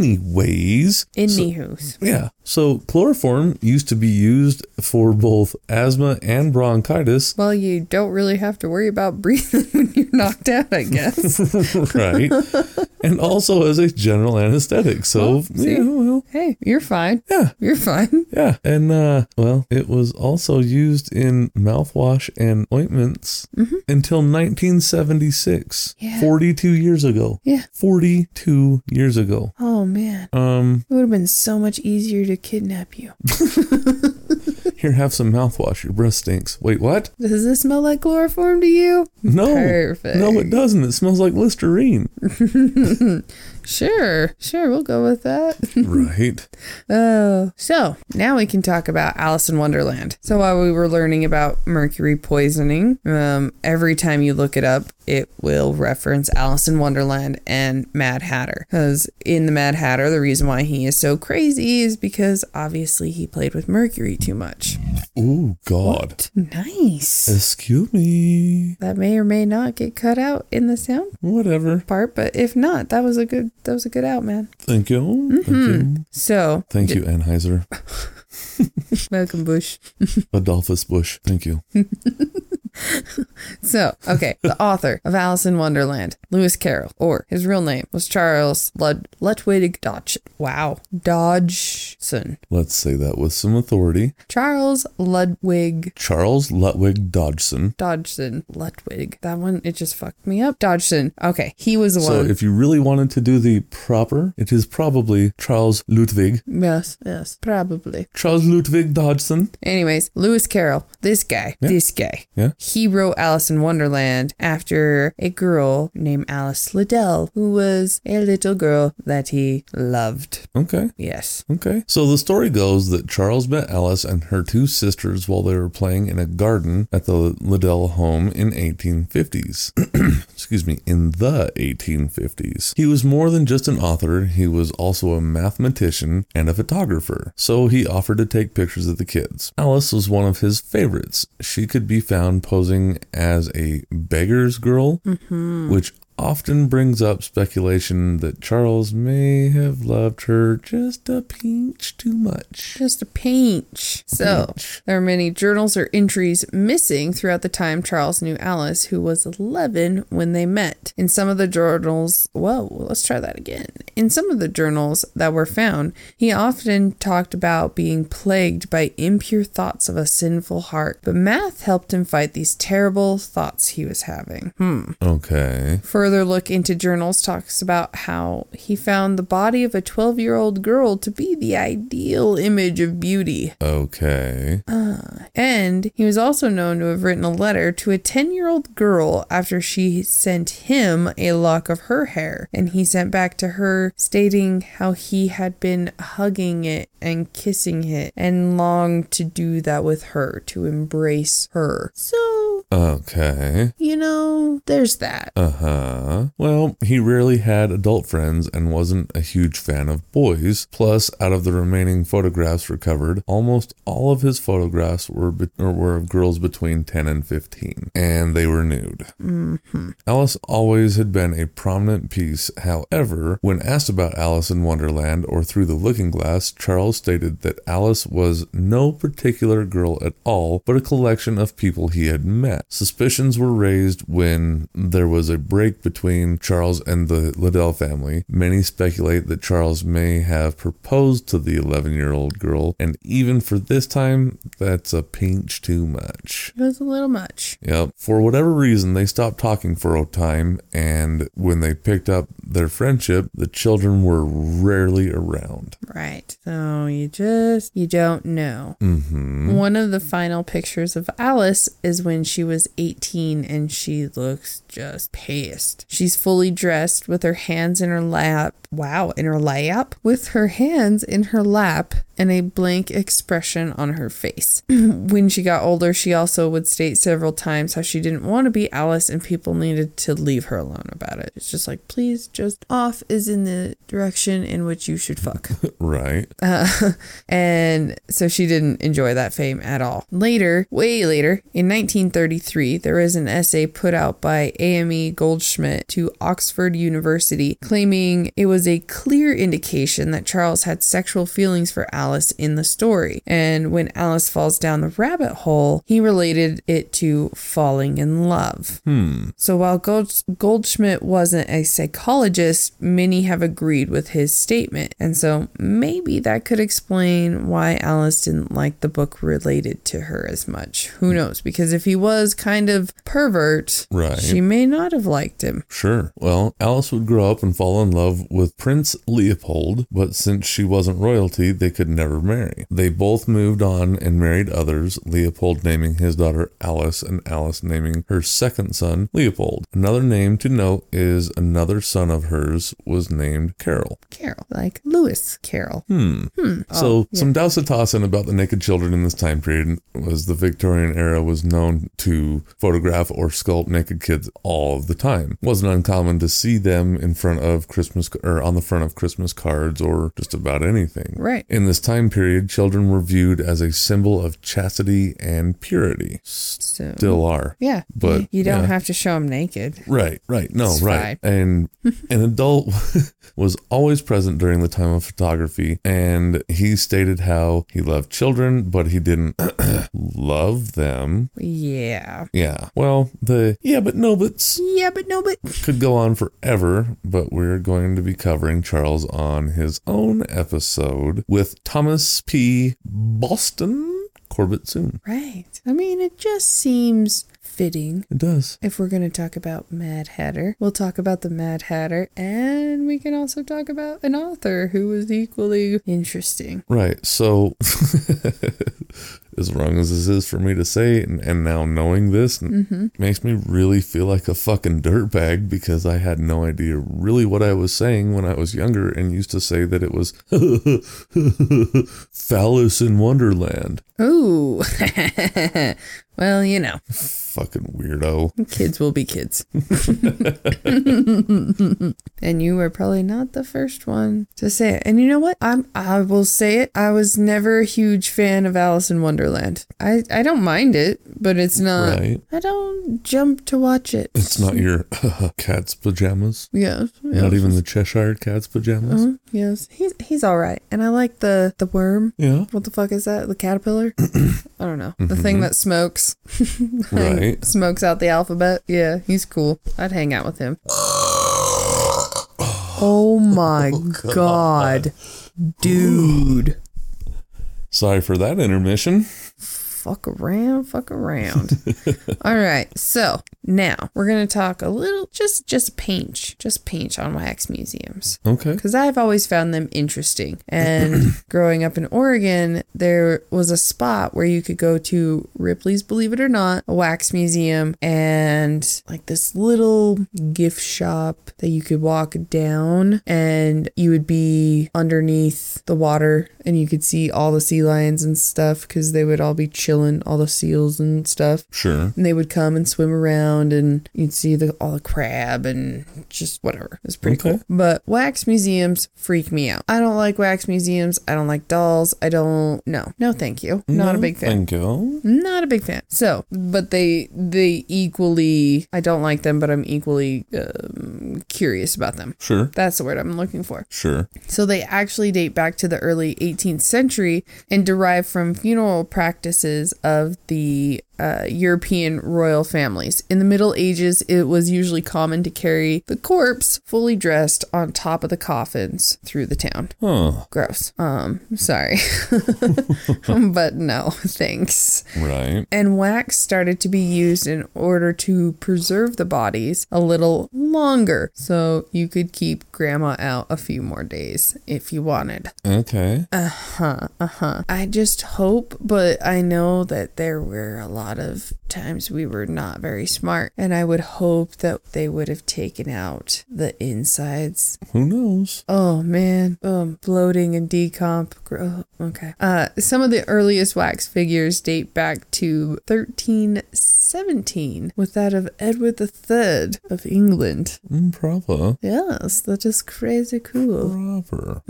[SPEAKER 2] Anyways.
[SPEAKER 1] Anywho's.
[SPEAKER 2] Yeah. So chloroform used to be used for both asthma and bronchitis. *laughs*
[SPEAKER 1] well, you don't really have to worry about *laughs* breathing when you're knocked out, I guess. *laughs*
[SPEAKER 2] right. and also as a general anesthetic. So, you know, well,
[SPEAKER 1] hey, you're fine.
[SPEAKER 2] Yeah.
[SPEAKER 1] You're fine.
[SPEAKER 2] Yeah, and uh, well, it was also used in mouthwash and ointments until 1976.
[SPEAKER 1] Mm-hmm. Yeah.
[SPEAKER 2] 42 years ago.
[SPEAKER 1] Yeah.
[SPEAKER 2] 42 years ago.
[SPEAKER 1] Oh man, *laughs*
[SPEAKER 2] Um,
[SPEAKER 1] it would have been so much easier to kidnap you.
[SPEAKER 2] here, have some mouthwash. Your breath stinks. Wait, what?
[SPEAKER 1] Does this smell like chloroform to you?
[SPEAKER 2] No.
[SPEAKER 1] Perfect. *laughs*
[SPEAKER 2] No, it doesn't. It smells like Listerine.
[SPEAKER 1] Sure, sure, we'll go with that.
[SPEAKER 2] right.
[SPEAKER 1] Oh, so now we can talk about Alice in Wonderland. So while we were learning about mercury poisoning, um, every time you look it up, it will reference Alice in Wonderland and Mad Hatter. Because in the Mad Hatter, the reason why he is so crazy is because obviously he played with mercury too much.
[SPEAKER 2] Oh God.
[SPEAKER 1] Nice.
[SPEAKER 2] Excuse me.
[SPEAKER 1] That may or may not get cut out in the sound
[SPEAKER 2] Whatever.
[SPEAKER 1] part, but if not, that was a good that was a good out, man.
[SPEAKER 2] Thank you.
[SPEAKER 1] Mm-hmm.
[SPEAKER 2] Thank you.
[SPEAKER 1] So
[SPEAKER 2] Thank you, Anheuser.
[SPEAKER 1] welcome, Bush.
[SPEAKER 2] Adolphus Bush. Thank you.
[SPEAKER 1] So, okay, the author of Alice in Wonderland, Lewis Carroll, or his real name was Charles Lud- Lutwidge Dodge. Wow, Dodgson.
[SPEAKER 2] Let's say that with some authority.
[SPEAKER 1] Charles Ludwig
[SPEAKER 2] Charles Lutwig Dodgson.
[SPEAKER 1] Dodgson. Ludwig. That one, it just fucked me up. Dodgson. Okay, he was the
[SPEAKER 2] So
[SPEAKER 1] one.
[SPEAKER 2] if you really wanted to do the proper, it is probably Charles Ludwig.
[SPEAKER 1] yes, yes, probably.
[SPEAKER 2] Charles Ludwig Dodgson.
[SPEAKER 1] Anyways, Lewis Carroll, this guy,
[SPEAKER 2] Yeah.
[SPEAKER 1] this guy.
[SPEAKER 2] Yeah.
[SPEAKER 1] He wrote Alice in Wonderland after a girl named Alice Liddell, who was a little girl that he loved.
[SPEAKER 2] Okay.
[SPEAKER 1] Yes.
[SPEAKER 2] Okay. So the story goes that Charles met Alice and her two sisters while they were playing in a garden at the Liddell home in 1850s. Excuse me, in the 1850s. He was more than just an author, he was also a mathematician and a photographer. So he offered to take pictures of the kids. Alice was one of his favorites. She could be found posing as a beggar's girl, which often brings up speculation that Charles may have loved her just a pinch too much.
[SPEAKER 1] Just a pinch. So,
[SPEAKER 2] Pinch.
[SPEAKER 1] there are many journals or entries missing throughout the time Charles knew Alice, who was 11 when they met. In some of the journals, whoa, let's try that again. In some of the journals that were found, he often talked about being plagued by impure thoughts of a sinful heart, but math helped him fight these terrible thoughts he was having. Hmm.
[SPEAKER 2] Okay.
[SPEAKER 1] Further look into journals talks about how he found the body of a 12 year old girl to be the ideal image of beauty.
[SPEAKER 2] Okay.
[SPEAKER 1] And he was also known to have written a letter to a 10 year old girl after she sent him a lock of her hair. And he sent back to her stating how he had been hugging it and kissing it and longed to do that with her, to embrace her. So,
[SPEAKER 2] Okay.
[SPEAKER 1] you know, there's that.
[SPEAKER 2] Uh huh. Well, he rarely had adult friends and wasn't a huge fan of boys. Plus, out of the remaining photographs recovered, almost all of his photographs were be- or were of girls between 10 and 15, and they were nude. Alice always had been a prominent piece. However, when asked about Alice in Wonderland or Through the Looking Glass, Charles stated that Alice was no particular girl at all, but a collection of people he had met. Suspicions were raised when there was a break between Charles and the Liddell family. Many speculate that Charles may have proposed to the 11 year old girl, and even for this time, that's a pinch too much.
[SPEAKER 1] It was a little much.
[SPEAKER 2] Yep. For whatever reason, they stopped talking for a time, and when they picked up their friendship, the children were rarely around.
[SPEAKER 1] Right. So you just you don't know.
[SPEAKER 2] Mm-hmm.
[SPEAKER 1] One of the final pictures of Alice is when she was 18 and she looks just pissed. She's fully dressed with her hands in her lap. Wow, in her lap? With her hands in her lap and a blank expression on her face. *clears throat* when she got older, she also would state several times how she didn't want to be Alice and people needed to leave her alone about it. It's just like, please, just off is in the direction in which you should fuck.
[SPEAKER 2] Right.
[SPEAKER 1] Uh, *laughs* and so she didn't enjoy that fame at all. Later, way later, in 1933, there was an essay put out by AME Goldschmidt to Oxford University claiming it was a clear indication that Charles had sexual feelings for Alice in the story. And when Alice falls down the rabbit hole, he related it to falling in love. So while Gold- Goldschmidt wasn't a psychologist, many have agreed with his statement. And so maybe that could explain why Alice didn't like the book related to her as much. Who knows? Because if he was kind of pervert,
[SPEAKER 2] Right.
[SPEAKER 1] she may not have liked him.
[SPEAKER 2] Sure. Well, Alice would grow up and fall in love with Prince Leopold, but since she wasn't royalty, they could never marry. They both moved on and married others, Leopold naming his daughter Alice and Alice naming her second son Leopold. Another name to note is another son of hers was named Carol.
[SPEAKER 1] Carol, like Lewis Carol.
[SPEAKER 2] Hmm. so some Dowsitasan about the naked children in this time period was the Victorian era was known to photograph or sculpt naked kids all of the time. wasn't uncommon to see them in front of Christmas or on the front of Christmas cards or just about anything.
[SPEAKER 1] Right.
[SPEAKER 2] In this time period, children were viewed as a symbol of chastity and purity.
[SPEAKER 1] So
[SPEAKER 2] Still are.
[SPEAKER 1] yeah,
[SPEAKER 2] But,
[SPEAKER 1] you don't
[SPEAKER 2] yeah.
[SPEAKER 1] have to show them naked.
[SPEAKER 2] Right, right. No,
[SPEAKER 1] It's
[SPEAKER 2] right. And an adult *laughs* was always present during the time of photography, and he stated how he loved children, but he didn't *clears throat* love them.
[SPEAKER 1] Yeah.
[SPEAKER 2] Yeah. Well, the yeah, but no, buts
[SPEAKER 1] Yeah, but no, but
[SPEAKER 2] could go on forever, but we're going to be covering Charles on his own episode with Thomas P. Boston Corbett soon.
[SPEAKER 1] right. I mean, it just seems fitting
[SPEAKER 2] It does.
[SPEAKER 1] If we're going to talk about Mad Hatter, we'll talk about the Mad Hatter and we can also talk about an author who was equally interesting.
[SPEAKER 2] Right. So, *laughs* as wrong as this is for me to say, and, and now knowing this
[SPEAKER 1] Mm-hmm.
[SPEAKER 2] makes me really feel like a fucking dirtbag because I had no idea really what I was saying when I was younger and used to say that it was *laughs* phallus in Wonderland.
[SPEAKER 1] Ooh. *laughs* well, you know,
[SPEAKER 2] Fucking weirdo.
[SPEAKER 1] kids will be kids. *laughs* and you are probably not the first one to say it. And you know what? I'm I will say it. I was never a huge fan of Alice in Wonderland. I I don't mind it, but it's not
[SPEAKER 2] Right.
[SPEAKER 1] I don't jump to watch it.
[SPEAKER 2] It's not your *laughs* cat's pajamas.
[SPEAKER 1] Yes. yes.
[SPEAKER 2] Not even the Cheshire cat's pajamas.
[SPEAKER 1] Mhm, Yes, he's he's all right, and I like the the worm.
[SPEAKER 2] Yeah.
[SPEAKER 1] What the fuck is that? The *clears throat* caterpillar? I don't know. The thing that smokes, *laughs*
[SPEAKER 2] Right.
[SPEAKER 1] smokes out the alphabet. Yeah, he's cool. I'd hang out with *sighs* him. Oh my god. dude!
[SPEAKER 2] Sorry for that intermission.
[SPEAKER 1] Fuck around, fuck *laughs* around. all right, so now we're gonna talk a little, just just a pinch, just a pinch on wax museums.
[SPEAKER 2] Okay.
[SPEAKER 1] because I've always found them interesting. And growing up in Oregon, there was a spot where you could go to Ripley's Believe It or Not, a wax museum, and like this little gift shop that you could walk down and you would be underneath the water and you could see all the sea lions and stuff because they would all be chilling, all the seals and stuff
[SPEAKER 2] Sure.
[SPEAKER 1] and they would come and swim around and you'd see the all the crab and just whatever. It's pretty
[SPEAKER 2] Okay.
[SPEAKER 1] cool. But wax museums freak me out. I don't like wax museums. I don't like dolls. I don't no. No, thank you. Not a big fan.
[SPEAKER 2] Thank you.
[SPEAKER 1] Not a big fan. So, but they they equally I don't like them, but I'm equally um, curious about them.
[SPEAKER 2] Sure,
[SPEAKER 1] That's the word I'm looking for.
[SPEAKER 2] sure.
[SPEAKER 1] So they actually date back to the early 18th century and derive from funeral practices of the uh, European royal families. In the Middle Ages, it was usually common to carry the corpse fully dressed on top of the coffins through the town.
[SPEAKER 2] Huh.
[SPEAKER 1] Gross. Um, sorry. *laughs* but no, thanks
[SPEAKER 2] Right.
[SPEAKER 1] and wax started to be used in order to preserve the bodies a little longer so you could keep grandma out a few more days if you wanted.
[SPEAKER 2] Okay.
[SPEAKER 1] Uh, Huh, uh-huh. I just hope, but I know that there were a lot of times we were not very smart and I would hope that they would have taken out the insides
[SPEAKER 2] Who knows?
[SPEAKER 1] Oh man, um, bloating and decomp. Gr- oh, okay. Uh, some of the earliest wax figures date back to 1317, with that of Edward III of England.
[SPEAKER 2] Mm, Proper.
[SPEAKER 1] Yes, that is crazy cool.
[SPEAKER 2] Proper.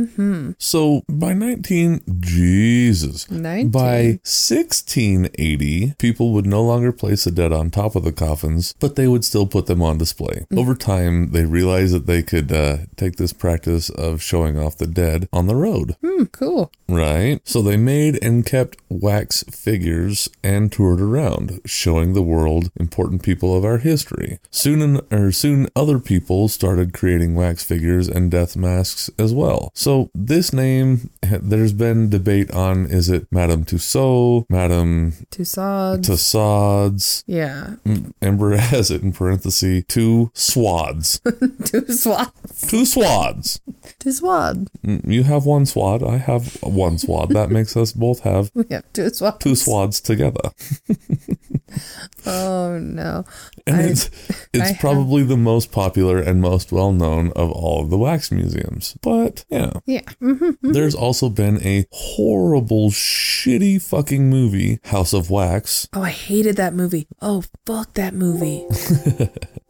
[SPEAKER 2] So by 19, Jesus.
[SPEAKER 1] 19.
[SPEAKER 2] By 1680, people would no longer place the dead on top of the coffins, but they would still put them on display. Over time, they realized that they could uh, take this practice of showing off the dead on the road.
[SPEAKER 1] Hmm, cool.
[SPEAKER 2] Right. So they made and kept wax figures and toured around, showing the world important people of our history. Soon, en- or soon, other people started creating wax figures and death masks as well. So this name there's been debate on is it Madame Tussaud, Madame
[SPEAKER 1] Tussauds.
[SPEAKER 2] Tussauds.
[SPEAKER 1] yeah.
[SPEAKER 2] Ember *laughs* has it in parentheses two swads,
[SPEAKER 1] Two swads.
[SPEAKER 2] two swads.
[SPEAKER 1] Two *laughs* swad.
[SPEAKER 2] Mm, You have one swad. I have one swad. That makes us both have
[SPEAKER 1] We have two swads.
[SPEAKER 2] two swads together.
[SPEAKER 1] Oh, no.
[SPEAKER 2] And
[SPEAKER 1] I- *laughs*
[SPEAKER 2] it's
[SPEAKER 1] I
[SPEAKER 2] it's
[SPEAKER 1] have-
[SPEAKER 2] probably the most popular and most well known of all of the wax museums. But yeah,
[SPEAKER 1] Yeah. hmm
[SPEAKER 2] there's also been a horrible, shitty fucking movie, House of Wax.
[SPEAKER 1] Oh, I hated that movie. Oh, fuck that movie.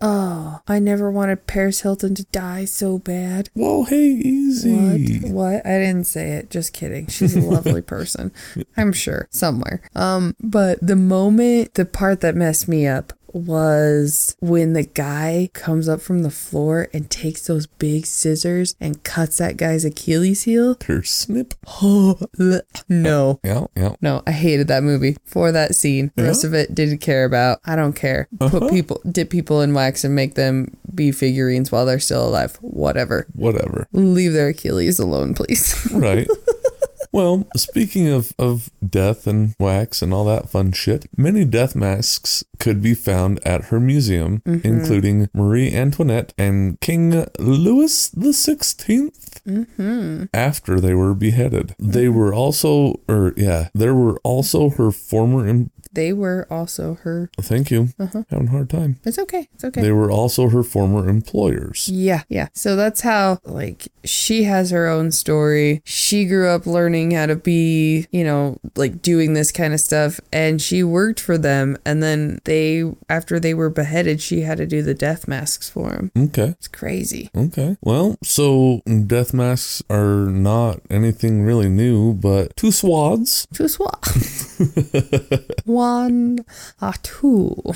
[SPEAKER 1] oh, I never wanted Paris Hilton to die so bad.
[SPEAKER 2] Whoa, hey, easy.
[SPEAKER 1] What? What? I didn't say it. Just kidding. She's a lovely person. I'm sure somewhere. Um, but the moment, the part that messed me up was when the guy comes up from the floor and takes those big scissors and cuts that guy's Achilles heel.
[SPEAKER 2] Her snip. *gasps*
[SPEAKER 1] Oh, bleh. no.
[SPEAKER 2] Yeah, yeah.
[SPEAKER 1] No, I hated that movie for that scene. The rest
[SPEAKER 2] Yeah?
[SPEAKER 1] of it didn't care about. I don't care. Put people, dip people in wax and make them be figurines while they're still alive. Whatever.
[SPEAKER 2] Whatever.
[SPEAKER 1] Leave their Achilles alone, please. *laughs*
[SPEAKER 2] Right. well, speaking of, of death and wax and all that fun shit, many death masks could be found at her museum, including Marie Antoinette and King Louis the 16th after they were beheaded. They were also, or yeah, there were also her former, em-
[SPEAKER 1] they were also her.
[SPEAKER 2] thank you, having a hard time.
[SPEAKER 1] It's okay. It's okay.
[SPEAKER 2] They were also her former employers.
[SPEAKER 1] yeah, yeah. So that's how, like, she has her own story. She grew up learning how to be, you know, like doing this kind of stuff. And she worked for them. And then they, after they were beheaded, she had to do the death masks for them.
[SPEAKER 2] Okay.
[SPEAKER 1] It's crazy.
[SPEAKER 2] Okay. Well, so death masks are not anything really new, but two swads.
[SPEAKER 1] Two swabs. One, ah, two. *laughs*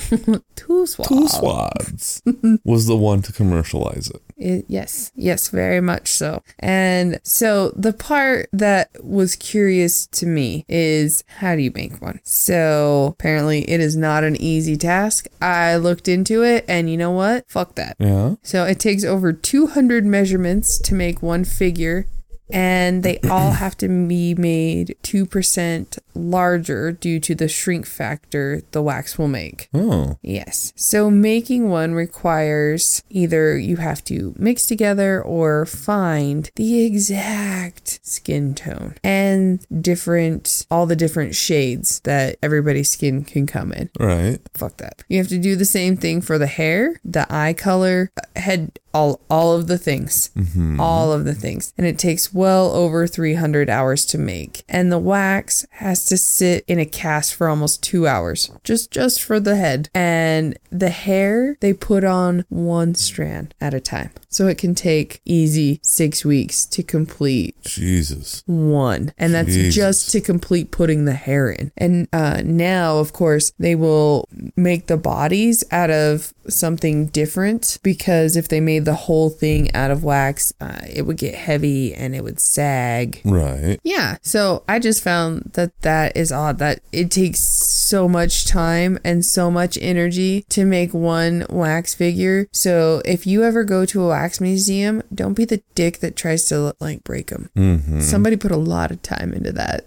[SPEAKER 1] two swabs.
[SPEAKER 2] Two swads was the one to commercialize it.
[SPEAKER 1] It, yes, yes, very much so. And so the part that was curious to me is how do you make one? So apparently it is not an easy task. I looked into it and you know what? Fuck that.
[SPEAKER 2] Yeah.
[SPEAKER 1] So it takes over 200 measurements to make one figure, and they all have to be made 2% larger due to the shrink factor the wax will make.
[SPEAKER 2] Oh.
[SPEAKER 1] Yes. So making one requires either you have to mix together or find the exact skin tone and different, all the different shades that everybody's skin can come in
[SPEAKER 2] Right.
[SPEAKER 1] fuck that. You have to do the same thing for the hair, the eye color, head, all all of the things, all of the things, and it takes well over 300 hours to make. And the wax has to sit in a cast for almost two hours, just just for the head. And the hair they put on one strand at a time, so it can take easy six weeks to complete
[SPEAKER 2] Jesus.
[SPEAKER 1] one and that's
[SPEAKER 2] Jesus.
[SPEAKER 1] just to complete putting the hair in and uh, now of course they will make the bodies out of something different because if they made the whole thing out of wax uh, it would get heavy and it would sag
[SPEAKER 2] Right.
[SPEAKER 1] yeah so i just found that that is odd that it takes so much time and so much energy to make one wax figure so if you ever go to a wax museum don't be the dick that tries to like break them
[SPEAKER 2] hmm
[SPEAKER 1] Somebody put a lot of time into that.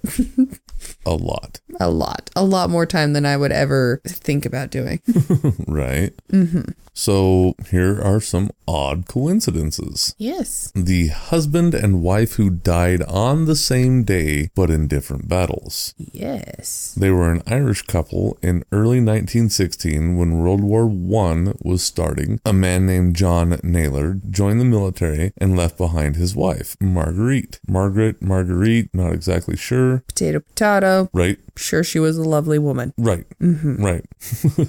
[SPEAKER 1] *laughs*
[SPEAKER 2] A lot. *laughs*
[SPEAKER 1] a lot. A lot more time than I would ever think about doing.
[SPEAKER 2] Right. Mm-hmm. So here are some odd coincidences.
[SPEAKER 1] yes.
[SPEAKER 2] The husband and wife who died on the same day, but in different battles.
[SPEAKER 1] Yes.
[SPEAKER 2] They were an Irish couple in early 1916 when World War I was starting. A man named John Naylor joined the military and left behind his wife, Marguerite. Margaret, Marguerite, not exactly sure.
[SPEAKER 1] Potato, potato.
[SPEAKER 2] Right,
[SPEAKER 1] Sure, she was a lovely woman.
[SPEAKER 2] right, right.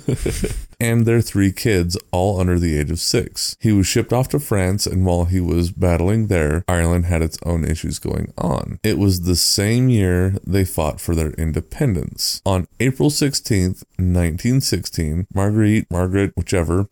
[SPEAKER 2] *laughs* and their three kids, all under the age of six. He was shipped off to France, and while he was battling there, Ireland had its own issues going on. It was the same year they fought for their independence. On April 16th, 1916, Marguerite, Margaret, whichever,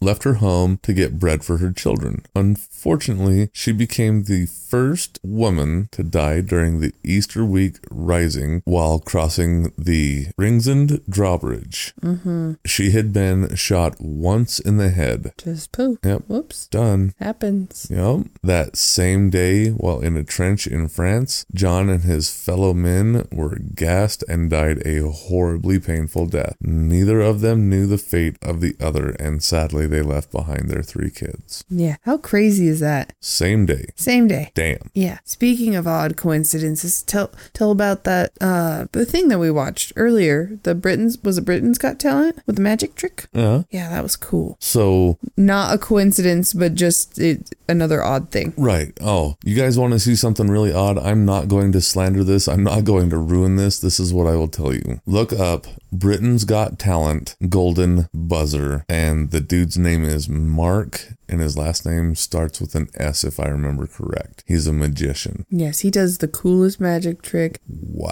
[SPEAKER 2] left her home to get bread for her children. Unfortunately, she became the first woman to die during the Easter week rising while crossing crossing the Ringsend drawbridge.
[SPEAKER 1] Mm-hmm.
[SPEAKER 2] She had been shot once in the head.
[SPEAKER 1] Just poo.
[SPEAKER 2] Yep.
[SPEAKER 1] Whoops.
[SPEAKER 2] Done.
[SPEAKER 1] Happens.
[SPEAKER 2] Yep. That same day, while in a trench in France, John and his fellow men were gassed and died a horribly painful death. Neither of them knew the fate of the other, and sadly, they left behind their three kids.
[SPEAKER 1] Yeah. How crazy is that?
[SPEAKER 2] Same day.
[SPEAKER 1] Same day.
[SPEAKER 2] Damn.
[SPEAKER 1] Yeah. Speaking of odd coincidences, tell tell about that uh the thing that we watched earlier. The Britain's was it Britain's Got Talent with the magic trick?
[SPEAKER 2] Uh,
[SPEAKER 1] Yeah, that was cool.
[SPEAKER 2] so,
[SPEAKER 1] Not a coincidence, but just it, another odd thing.
[SPEAKER 2] right. Oh, you guys want to see something really odd? I'm not going to slander this. I'm not going to ruin this. This is what I will tell you. Look up Britain's Got Talent, Golden Buzzer, and the dude's name is Mark, and his last name starts with an S, if I remember correct. He's a magician.
[SPEAKER 1] Yes, he does the coolest magic trick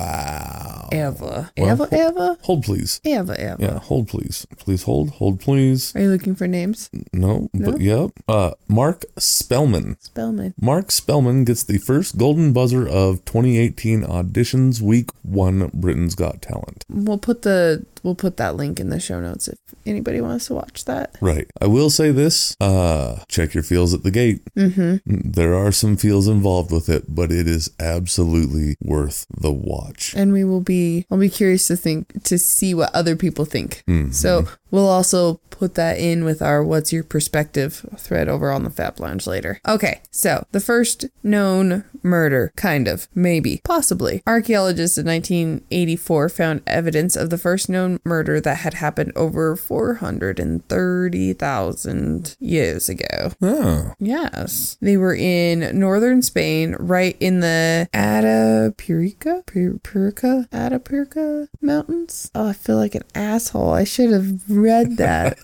[SPEAKER 2] Wow.
[SPEAKER 1] ever.
[SPEAKER 2] Well,
[SPEAKER 1] ever,
[SPEAKER 2] ho-
[SPEAKER 1] ever,
[SPEAKER 2] Hold, please.
[SPEAKER 1] ever, ever.
[SPEAKER 2] Yeah, hold, please. Please hold. Hold, please.
[SPEAKER 1] Are you looking for names?
[SPEAKER 2] Mm. No, but yep. Uh, Mark Spellman.
[SPEAKER 1] Spellman.
[SPEAKER 2] Mark Spellman gets the first golden buzzer of 2018 auditions week 1 Britain's Got Talent.
[SPEAKER 1] We'll put the we'll put that link in the show notes if anybody wants to watch that.
[SPEAKER 2] Right. I will say this, uh check your feels at the gate. Mm-hmm. There are some feels involved with it, but it is absolutely worth the watch.
[SPEAKER 1] and we will be I'll be curious to think to see what other people think. So we'll also put that in with our what's your perspective thread over on the Fab Lounge later. Okay, so the first known murder, kind of, maybe, possibly. Archaeologists in 1984 found evidence of the first known murder that had happened over 430,000 years ago.
[SPEAKER 2] Oh,
[SPEAKER 1] Yes. They were in northern Spain, right in the Atapurica? Pur- Purica? Atapurica Mountains? Oh, I feel like an asshole. I should have read that.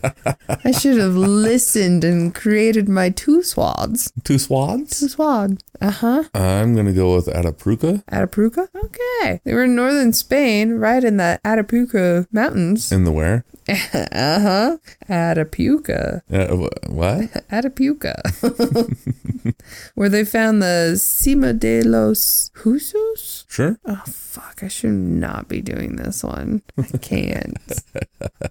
[SPEAKER 1] I should have listened and created my two swads.
[SPEAKER 2] two swans?
[SPEAKER 1] Two swad. Uh huh.
[SPEAKER 2] I'm going to go with Atapruca
[SPEAKER 1] Atapuca? Okay. They were in northern Spain, right in the Atapuca Mountains. *laughs*
[SPEAKER 2] in the where?
[SPEAKER 1] Uh huh. Atapuca.
[SPEAKER 2] Uh, wh-
[SPEAKER 1] *laughs*
[SPEAKER 2] what?
[SPEAKER 1] Atapuca, where they found the Cima de los Husos.
[SPEAKER 2] Sure.
[SPEAKER 1] Oh, fuck. I should not be doing this one. I can't.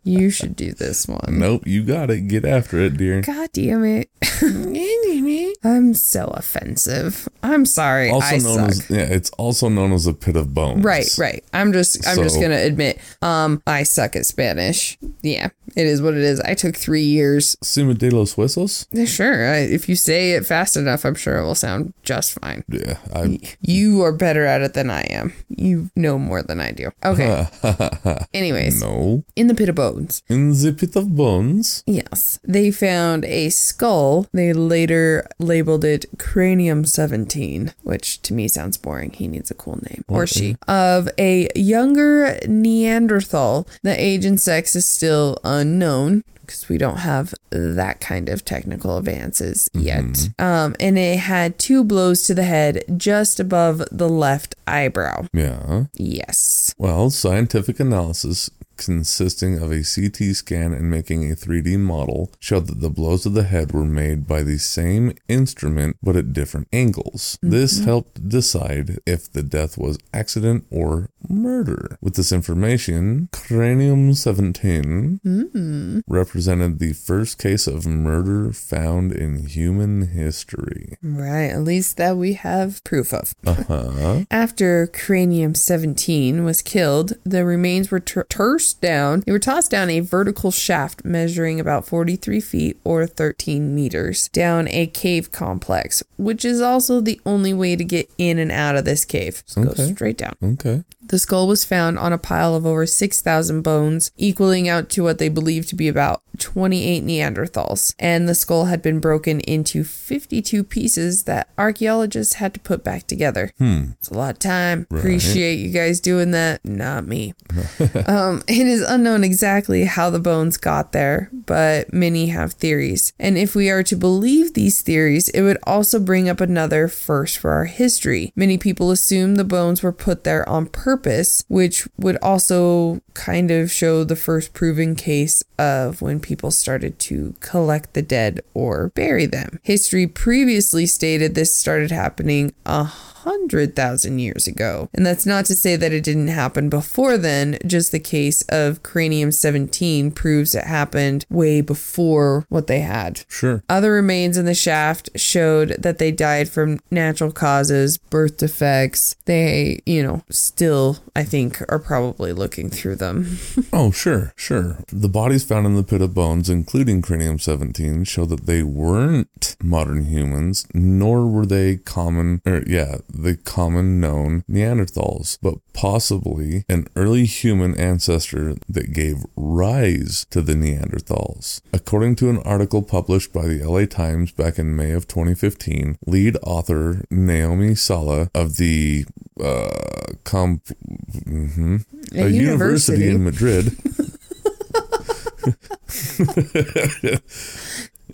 [SPEAKER 1] you should do this one.
[SPEAKER 2] Nope, you got it. Get after it, dear.
[SPEAKER 1] God damn it. *laughs* I'm so offensive. I'm sorry.
[SPEAKER 2] Also
[SPEAKER 1] I
[SPEAKER 2] known
[SPEAKER 1] suck.
[SPEAKER 2] as yeah, it's also known as a pit of bones.
[SPEAKER 1] Right, right. I'm just I'm just
[SPEAKER 2] So-
[SPEAKER 1] gonna admit, um, I suck at Spanish. Yeah, it is what it is. I took three years.
[SPEAKER 2] Cima de los Huesos?
[SPEAKER 1] Yeah, Sure, I, if you say it fast enough, I'm sure it will sound just fine.
[SPEAKER 2] Yeah, I
[SPEAKER 1] You are better at it than I am. You know more than I do. Okay. Anyways,
[SPEAKER 2] no.
[SPEAKER 1] in the pit of bones.
[SPEAKER 2] In the pit of bones.
[SPEAKER 1] Yes. They found a skull. They later labeled it Cranium 17, which to me sounds boring. He needs a cool name. Or she. Of a younger Neanderthal. The age and sex is still unknown because we don't have that kind of technical advances yet. Um, and it had two blows to the head just above the left eyebrow.
[SPEAKER 2] Yeah.
[SPEAKER 1] Yes.
[SPEAKER 2] Well, scientific analysis consisting of a CT scan and making a 3D model showed that the blows of the head were made by the same instrument but at different angles. This helped decide if the death was accident or murder. With this information, Cranium 17 represented the first case of murder found in human history.
[SPEAKER 1] Right. At least that we have proof of.
[SPEAKER 2] Uh-huh.
[SPEAKER 1] After Cranium 17 was killed, the remains were tur- tossed down. They were tossed down a vertical shaft measuring about 43 feet or 13 meters down a cave complex, which is also the only way to get in and out of this cave. So go
[SPEAKER 2] Okay.
[SPEAKER 1] straight down.
[SPEAKER 2] Okay.
[SPEAKER 1] The skull was found on a pile of over 6,000 bones, equaling out to what they believed to be about 28 Neanderthals. And the skull had been broken into 52 pieces that archaeologists had to put back together. It's a lot of time. Appreciate you guys doing that. Not me. um, it is unknown exactly how the bones got there, but many have theories. And if we are to believe these theories, it would also bring up another first for our history. Many people assume the bones were put there on purpose, which would also kind of show the first proven case of when people started to collect the dead or bury them. History previously stated this started happening a 100,000 years ago. And that's not to say that it didn't happen before then, just the case of cranium 17 proves it happened way before what they had.
[SPEAKER 2] Sure.
[SPEAKER 1] Other remains in the shaft showed that they died from natural causes, birth defects. They, you know, still, I think, are probably looking through them.
[SPEAKER 2] Oh, sure, sure. The bodies found in the pit of bones, including cranium 17, show that they weren't modern humans, nor were they common, or yeah, the common known Neanderthals, but possibly an early human ancestor that gave rise to the Neanderthals. According to an article published by the LA Times back in May of 2015, lead author Naomi Sala of the uh, comp- mhm.
[SPEAKER 1] A
[SPEAKER 2] a, university. in Madrid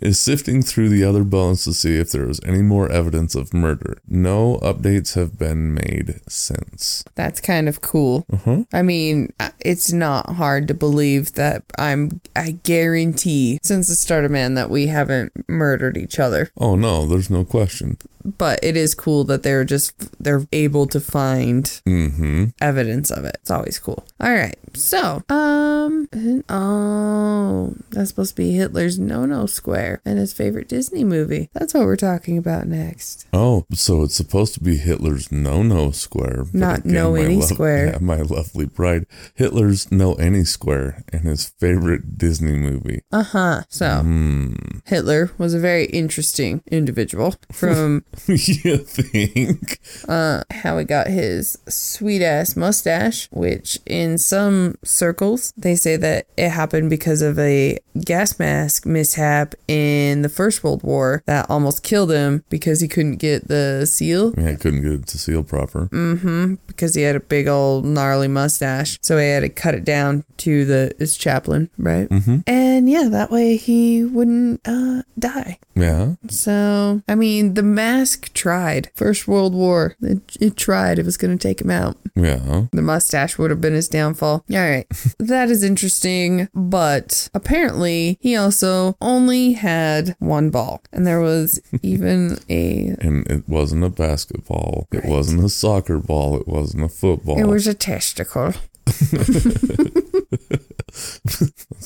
[SPEAKER 2] is sifting through the other bones to see if there is any more evidence of murder. No updates have been made since.
[SPEAKER 1] That's kind of cool.
[SPEAKER 2] Uh-huh.
[SPEAKER 1] I mean, I- it's not hard to believe that I'm, I guarantee, since the start of man, that we haven't murdered each other.
[SPEAKER 2] Oh no, there's no question.
[SPEAKER 1] But it is cool that they're just, they're able to find
[SPEAKER 2] Mm-hmm.
[SPEAKER 1] evidence of it. It's always cool. All right. So, um, and- oh, that's supposed to be Hitler's no no square and his favorite Disney movie. That's what we're talking about next.
[SPEAKER 2] Oh, so it's supposed to be Hitler's no no square. but
[SPEAKER 1] Not no
[SPEAKER 2] my
[SPEAKER 1] any square.
[SPEAKER 2] yeah, my lovely bride. Hitler's no any square and his favorite Disney movie. *laughs*
[SPEAKER 1] Uh huh. So,
[SPEAKER 2] Hmm.
[SPEAKER 1] Hitler was a very interesting individual from
[SPEAKER 2] you think?
[SPEAKER 1] uh, how he got his sweet ass mustache, which in some circles they say that it happened because of a gas mask mishap in the First World War that almost killed him because he couldn't get the seal
[SPEAKER 2] Yeah, I couldn't get it to seal proper.
[SPEAKER 1] Mm. because he had a big old gnarly mustache. So he had to cut it down to the his chaplain, right?
[SPEAKER 2] Mhm.
[SPEAKER 1] And yeah, that way he wouldn't uh, die.
[SPEAKER 2] Yeah.
[SPEAKER 1] So, I mean, the mask tried. First World War, it, it tried. It was going to take him out.
[SPEAKER 2] Yeah.
[SPEAKER 1] The mustache would have been his downfall. All *laughs* right. that is interesting. But apparently, he also only had one ball. And there *laughs* was even a.
[SPEAKER 2] And it wasn't a basketball. It wasn't a soccer ball. It wasn't a football.
[SPEAKER 1] It was a testicle.
[SPEAKER 2] That's
[SPEAKER 1] *laughs*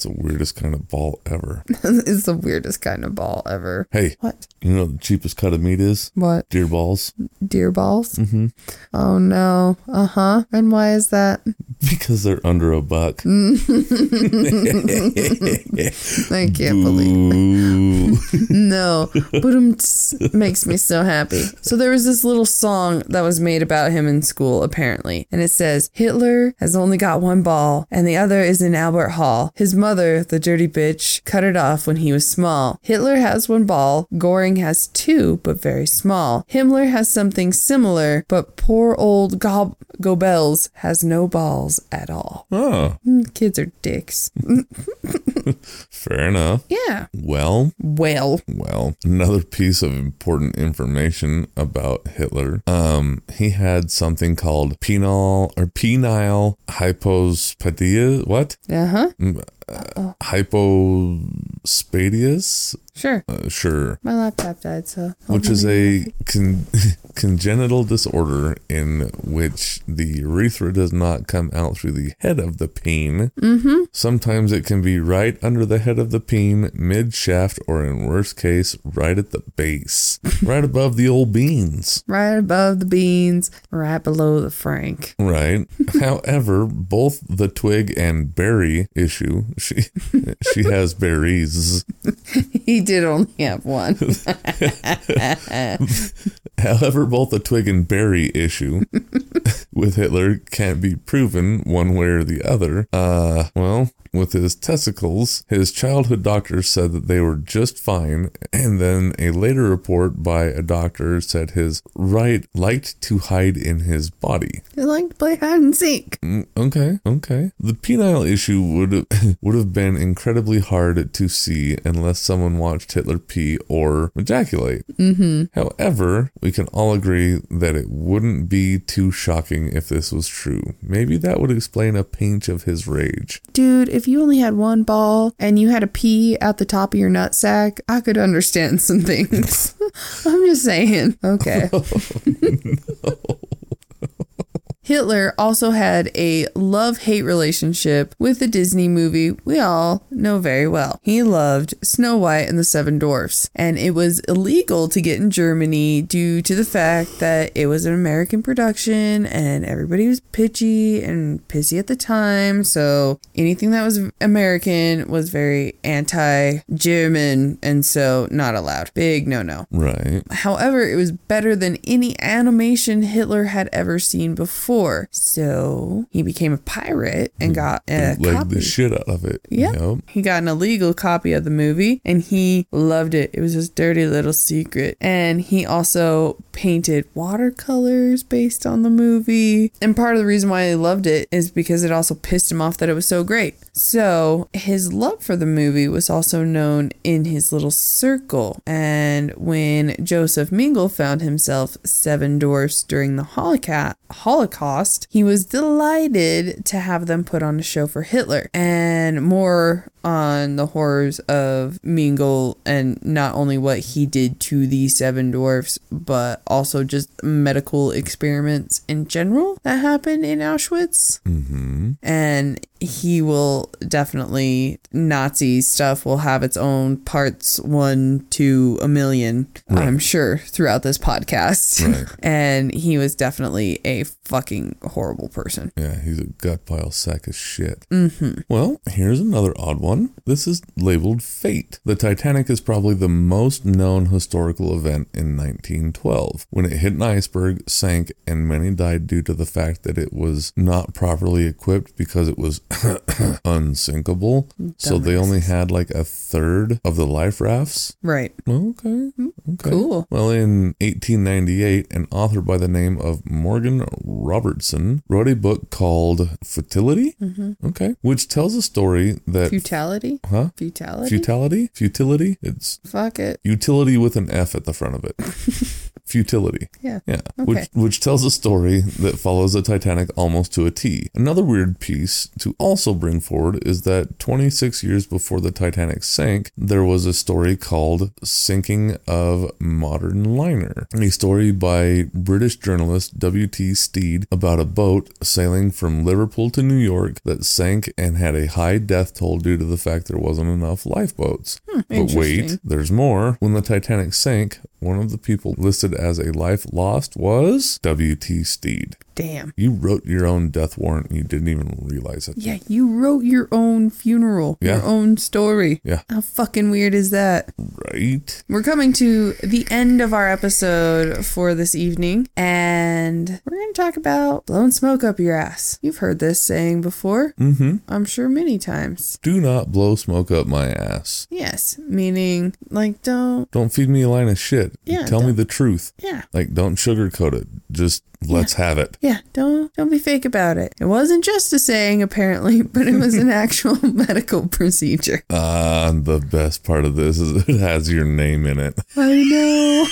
[SPEAKER 2] the weirdest kind of ball ever. *laughs*
[SPEAKER 1] it's the weirdest kind of ball ever.
[SPEAKER 2] hey,
[SPEAKER 1] What?
[SPEAKER 2] you know what the cheapest cut of meat is?
[SPEAKER 1] What?
[SPEAKER 2] Deer balls. *laughs*
[SPEAKER 1] Deer balls?
[SPEAKER 2] Mm-hmm.
[SPEAKER 1] Oh, no. Uh huh. And why is that?
[SPEAKER 2] Because they're under a buck.
[SPEAKER 1] Mm, I can't believe
[SPEAKER 2] Ooh. *laughs*
[SPEAKER 1] *laughs* No, Boom makes me so happy. So there was this little song that was made about him in school, apparently, and it says Hitler has only got one ball, and the other is in Albert Hall. His mother, the dirty bitch, cut it off when he was small. Hitler has one ball. Goring has two, but very small. Himmler has something similar, but poor old Gob- Goebbels has no balls at all. *laughs*
[SPEAKER 2] oh,
[SPEAKER 1] Mm, Kids are dicks.
[SPEAKER 2] fair enough.
[SPEAKER 1] Yeah.
[SPEAKER 2] Well,
[SPEAKER 1] Well.
[SPEAKER 2] Well, another piece of important information about Hitler. Um, he had something called penile or penile hypospadia. What?
[SPEAKER 1] Uh huh.
[SPEAKER 2] Hypospadias?
[SPEAKER 1] Sure.
[SPEAKER 2] Uh, sure.
[SPEAKER 1] My laptop died, so.
[SPEAKER 2] Which is a con- *laughs* congenital disorder in which the urethra does not come out through the head of the peen. Mm-hmm. Sometimes it can be right under the head of the peen, mid shaft, or in worst case, right at the base, right above the old beans.
[SPEAKER 1] right above the beans, right below the frank. *laughs*
[SPEAKER 2] Right. However, both the twig and berry issue, she she has berries.
[SPEAKER 1] He did only have one. *laughs*
[SPEAKER 2] However, both the twig and berry issue with Hitler can't be proven one way or the other. Uh, well, with his testicles, his childhood doctor said that they were just fine, and then a later report by a doctor said his right liked to hide in his body.
[SPEAKER 1] He liked to play hide and seek.
[SPEAKER 2] Mm, Okay, okay. The penile issue would *laughs* would have been incredibly hard to see unless someone watched Hitler pee or ejaculate. Mm-hmm. However, we can all agree that it wouldn't be too shocking if this was true. Maybe that would explain a pinch of his rage.
[SPEAKER 1] Dude, if if you only had one ball and you had a pea out the top of your nutsack, I could understand some things. *laughs* I'm just saying. Okay. Hitler also had a love hate relationship with the Disney movie we all know very well. He loved Snow White and the Seven Dwarfs, and it was illegal to get in Germany due to the fact that it was an American production and everybody was pitchy and pissy at the time. So anything that was American was very anti German and so not allowed. Big no no.
[SPEAKER 2] Right.
[SPEAKER 1] However, it was better than any animation Hitler had ever seen before. So he became a pirate and got a
[SPEAKER 2] Like
[SPEAKER 1] copy.
[SPEAKER 2] the shit out of it.
[SPEAKER 1] Yeah.
[SPEAKER 2] Yep.
[SPEAKER 1] He got an illegal copy of the movie and he loved it. It was his dirty little secret. And he also painted watercolors based on the movie. And part of the reason why he loved it is because it also pissed him off that it was so great. So his love for the movie was also known in his little circle. And when Joseph Mingle found himself seven dwarfs during the Holocaust, Holocaust, he was delighted to have them put on a show for Hitler and more on the horrors of Mingle and not only what he did to the seven dwarfs, but also just medical experiments in general that happened in Auschwitz.
[SPEAKER 2] Mm-hmm.
[SPEAKER 1] And he will definitely, Nazi stuff will have its own parts one to a million, I'm sure, throughout this podcast. *laughs* and he was definitely a fucking horrible person.
[SPEAKER 2] Yeah, he's a gut pile sack of shit. Mm-hmm. Well, here's another odd one. This is labeled Fate. The Titanic is probably the most known historical event in 1912 when it hit an iceberg, sank, and many died due to the fact that it was not properly equipped because it was *coughs* unsinkable. So they only had like a third of the life rafts.
[SPEAKER 1] Right.
[SPEAKER 2] Oh, Okay. Okay.
[SPEAKER 1] Mm-hmm. Cool.
[SPEAKER 2] Well, in 1898, an author by the name of Morgan Robertson wrote a book called Futility. Mm-hmm. Okay. Which tells a story that
[SPEAKER 1] Futility?
[SPEAKER 2] Huh?
[SPEAKER 1] Futility?
[SPEAKER 2] futility, futility, it's
[SPEAKER 1] Fuck it.
[SPEAKER 2] utility with an F at the front
[SPEAKER 1] *laughs*
[SPEAKER 2] of it. futility.
[SPEAKER 1] Yeah.
[SPEAKER 2] Yeah,
[SPEAKER 1] Okay.
[SPEAKER 2] which which tells a story that follows the Titanic almost to a T. Another weird piece to also bring forward is that 26 years before the Titanic sank, there was a story called "Sinking of Modern Liner," a story by British journalist W.T. Steed about a boat sailing from Liverpool to New York that sank and had a high death toll due to the fact there wasn't enough lifeboats. but
[SPEAKER 1] interesting.
[SPEAKER 2] wait, there's more. When the Titanic sank, one of the people listed as a life lost was W.T. Steed.
[SPEAKER 1] Damn.
[SPEAKER 2] You wrote your own death warrant and you didn't even realize it.
[SPEAKER 1] Yeah, you wrote your own funeral,
[SPEAKER 2] Yeah.
[SPEAKER 1] your own story.
[SPEAKER 2] Yeah.
[SPEAKER 1] How fucking weird is that?
[SPEAKER 2] Right?
[SPEAKER 1] We're coming to the end of our episode for this evening, and we're going to talk about blowing smoke up your ass. You've heard this saying before,
[SPEAKER 2] Mm-hmm.
[SPEAKER 1] I'm sure many times.
[SPEAKER 2] Do not blow smoke up my ass.
[SPEAKER 1] Yes, meaning, like, don't,
[SPEAKER 2] Don't feed me a line of shit.
[SPEAKER 1] Yeah,
[SPEAKER 2] Tell me the truth.
[SPEAKER 1] yeah.
[SPEAKER 2] Like, don't sugarcoat it. Just let's have it.
[SPEAKER 1] Yeah, don't don't be fake about it. It wasn't just a saying apparently, *laughs* but it was an actual medical procedure.
[SPEAKER 2] Ah, and the best part of this is *laughs* it has your name in it.
[SPEAKER 1] I know.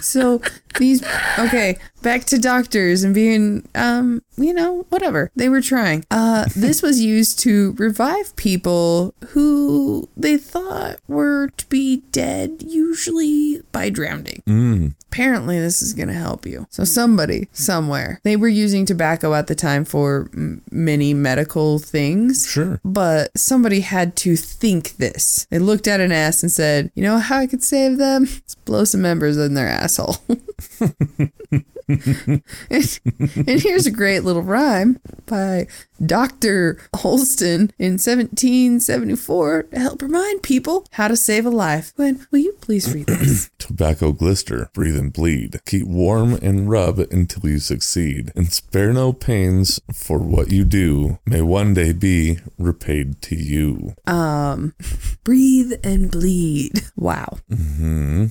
[SPEAKER 1] so these okay, back to doctors and being um, you know, whatever. They were trying. Uh this was used to revive people who they thought were to be dead usually by drowning.
[SPEAKER 2] Mm.
[SPEAKER 1] Apparently this is going to help you. So somebody somewhere. They were using tobacco at the time for m- many medical things
[SPEAKER 2] Sure.
[SPEAKER 1] but somebody had to think this. They looked at an ass and said, "You know how I could save them? Let's blow some embers in their asshole." *laughs* and, and here's a great little rhyme by Dr. Holston in 1774 to help remind people how to save a life. Gwen, will you please read this?
[SPEAKER 2] Tobacco glister, breathe and bleed. Keep warm and rub until you succeed. And spare no pains for what you do may one day be repaid to you.
[SPEAKER 1] Breathe and bleed. Wow.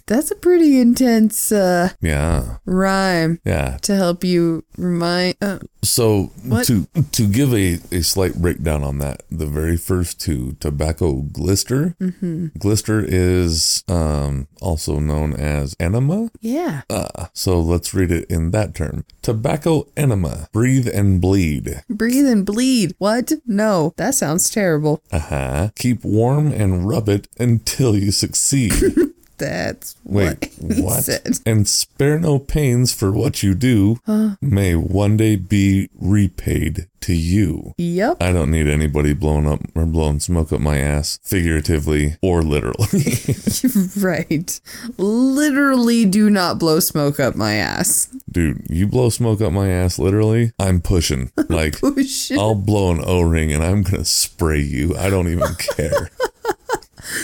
[SPEAKER 1] That's a pretty intense uh,
[SPEAKER 2] Yeah.
[SPEAKER 1] rhyme
[SPEAKER 2] Yeah.
[SPEAKER 1] to help you remind. Uh,
[SPEAKER 2] So
[SPEAKER 1] What?
[SPEAKER 2] to to give a, a slight breakdown on that, the very first two, tobacco glister. Glister is um also known as enema.
[SPEAKER 1] Yeah.
[SPEAKER 2] Uh, so let's read it in that term. Tobacco enema. Breathe and bleed.
[SPEAKER 1] Breathe and bleed. What? No, that sounds terrible.
[SPEAKER 2] Uh huh. Keep warm and rub it until you succeed.
[SPEAKER 1] That's what
[SPEAKER 2] Wait, *laughs*
[SPEAKER 1] he
[SPEAKER 2] what?
[SPEAKER 1] said.
[SPEAKER 2] And spare no pains for what you do may one day be repaid to you.
[SPEAKER 1] Yep.
[SPEAKER 2] I don't need anybody blowing up or blowing smoke up my ass, figuratively or literally.
[SPEAKER 1] *laughs*
[SPEAKER 2] *laughs*
[SPEAKER 1] right. Literally do not blow smoke up my ass. *laughs*
[SPEAKER 2] Dude, you blow smoke up my ass literally, I'm pushing. Like,
[SPEAKER 1] Oh, shit.
[SPEAKER 2] I'll blow an O ring and I'm going to spray you. I don't even care.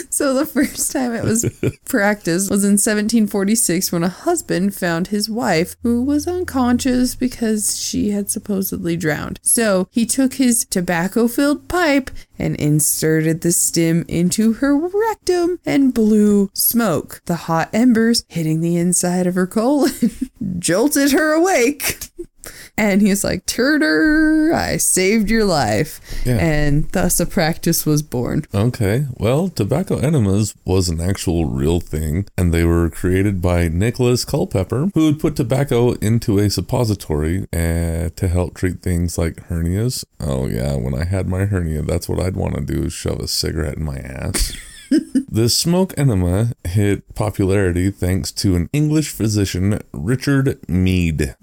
[SPEAKER 1] So the first time it was practiced was in 1746 when a husband found his wife who was unconscious because she had supposedly drowned. So he took his tobacco-filled pipe and inserted the stem into her rectum and blew smoke. The hot embers hitting the inside of her colon *laughs* jolted her awake. And he was like, Turner, I saved your life.
[SPEAKER 2] Yeah.
[SPEAKER 1] And thus a practice was born.
[SPEAKER 2] Okay, well, tobacco enemas was an actual real thing, and they were created by Nicholas Culpepper, who would put tobacco into a suppository uh, to help treat things like hernias. Oh, yeah, when I had my hernia, that's what I'd want to do is shove a cigarette in my ass. The smoke enema hit popularity thanks to an English physician, Richard Mead.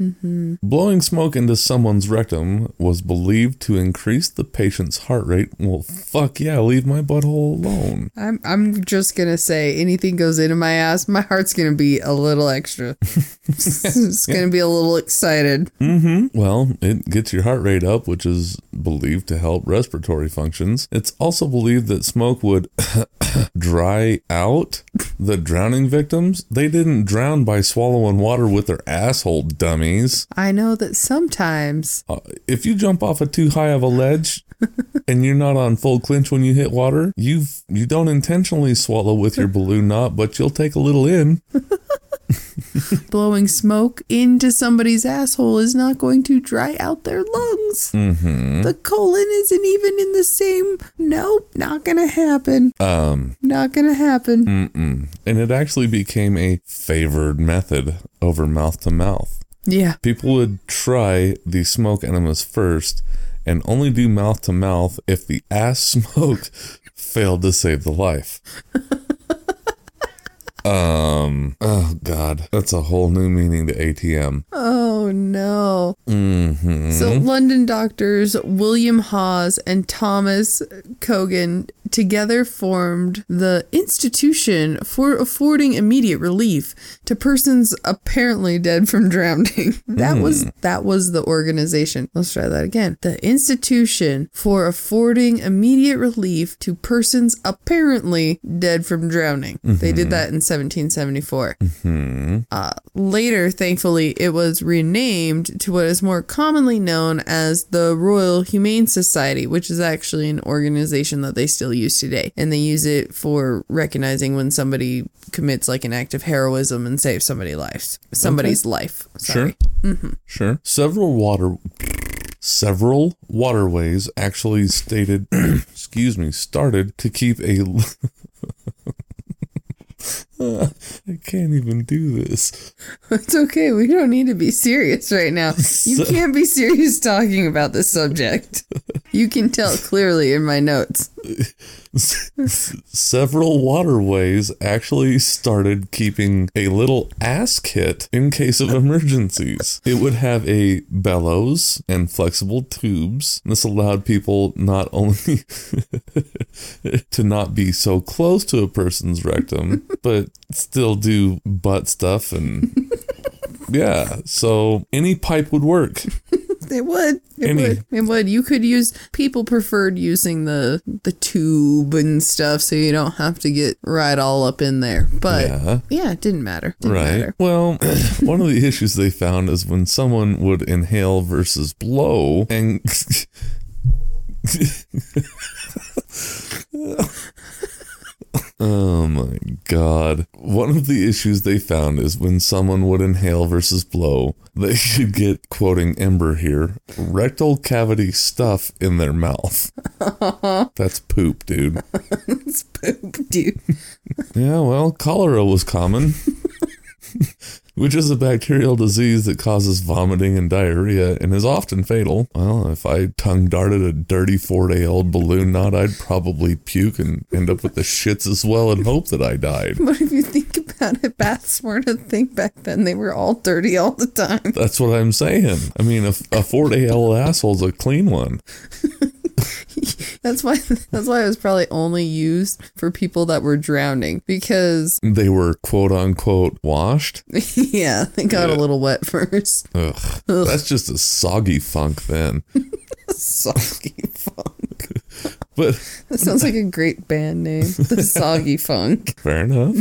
[SPEAKER 2] Blowing smoke into someone's rectum was believed to increase the patient's heart rate. Well, fuck yeah, leave my butthole alone.
[SPEAKER 1] I'm I'm just gonna say anything goes into my ass, my heart's gonna be a little extra. it's gonna be a little excited.
[SPEAKER 2] Well, it gets your heart rate up, which is believed to help respiratory functions. It's also believed that smoke would *coughs* dry out the drowning victims. They didn't drown by swallowing water with their asshole, dummies.
[SPEAKER 1] I know that sometimes
[SPEAKER 2] Uh, if you jump off a too high of a ledge and you're not on full clinch when you hit water, you you don't intentionally swallow with your balloon knot, but you'll take a little in.
[SPEAKER 1] blowing smoke into somebody's asshole is not going to dry out their lungs. The colon isn't even in the same. Nope, not gonna happen.
[SPEAKER 2] Um,
[SPEAKER 1] Not gonna happen.
[SPEAKER 2] mm-mm. and it actually became a favored method over mouth to mouth.
[SPEAKER 1] Yeah,
[SPEAKER 2] People would try the smoke enemas first and only do mouth to mouth if the ass *laughs* smoke failed to save the life. um, oh god, that's a whole new meaning to ATM.
[SPEAKER 1] Oh no. So London doctors William Hawes and Thomas Cogan together formed the institution for affording immediate relief to persons apparently dead from drowning. *laughs* That was that was the organization. Let's try that again. The institution for affording immediate relief to persons apparently dead from drowning. They did that in 1774. Uh, later, thankfully, it was renamed to what is more commonly known as the Royal Humane Society, which is actually an organization that they still use today. And they use it for recognizing when somebody commits like an act of heroism and saves somebody's life. Somebody's life. Sorry.
[SPEAKER 2] Sure. Sure. Several water several waterways actually stated *clears throat* excuse me, started to keep a *laughs* l- I can't even do this.
[SPEAKER 1] *laughs* It's okay. We don't need to be serious right now. You can't be serious talking about this subject. You can tell clearly in my notes.
[SPEAKER 2] Several waterways actually started keeping a little ass kit in case of emergencies. It would have a bellows and flexible tubes. This allowed people not only *laughs* to not be so close to a person's rectum, but still do butt stuff and. *laughs* Yeah, so any pipe would work.
[SPEAKER 1] It would. It
[SPEAKER 2] Any-
[SPEAKER 1] would. It would. You could use. People preferred using the the tube and stuff, so you don't have to get right all up in there. But yeah,
[SPEAKER 2] Yeah.
[SPEAKER 1] it didn't matter. Didn't
[SPEAKER 2] right.
[SPEAKER 1] Matter. *laughs*
[SPEAKER 2] Well, one of the issues they found is when someone would inhale versus blow, and *laughs* oh my god, one of the issues they found is when someone would inhale versus blow, they could get quoting Ember here rectal cavity stuff in their
[SPEAKER 1] *laughs*
[SPEAKER 2] mouth. That's poop, dude.
[SPEAKER 1] It's poop, dude.
[SPEAKER 2] Yeah, well, cholera was common, which is a bacterial disease that causes vomiting and diarrhea and is often fatal. Well, if I tongue darted a dirty four day old balloon knot, I'd probably puke and end up with the shits as well and hope that I died.
[SPEAKER 1] But if you think about it, baths weren't a thing back then. They were all dirty all the time.
[SPEAKER 2] That's what I'm saying. I mean, a, a four day old asshole's a clean one.
[SPEAKER 1] That's why that's why it was probably only used for people that were drowning because *laughs*
[SPEAKER 2] They were quote unquote washed.
[SPEAKER 1] yeah, they got
[SPEAKER 2] Yeah.
[SPEAKER 1] a little wet first. *laughs*
[SPEAKER 2] Ugh, that's just a soggy funk then.
[SPEAKER 1] Soggy funk.
[SPEAKER 2] But
[SPEAKER 1] That sounds like a great band
[SPEAKER 2] *laughs*
[SPEAKER 1] name. The soggy funk.
[SPEAKER 2] Fair
[SPEAKER 1] *laughs*
[SPEAKER 2] enough.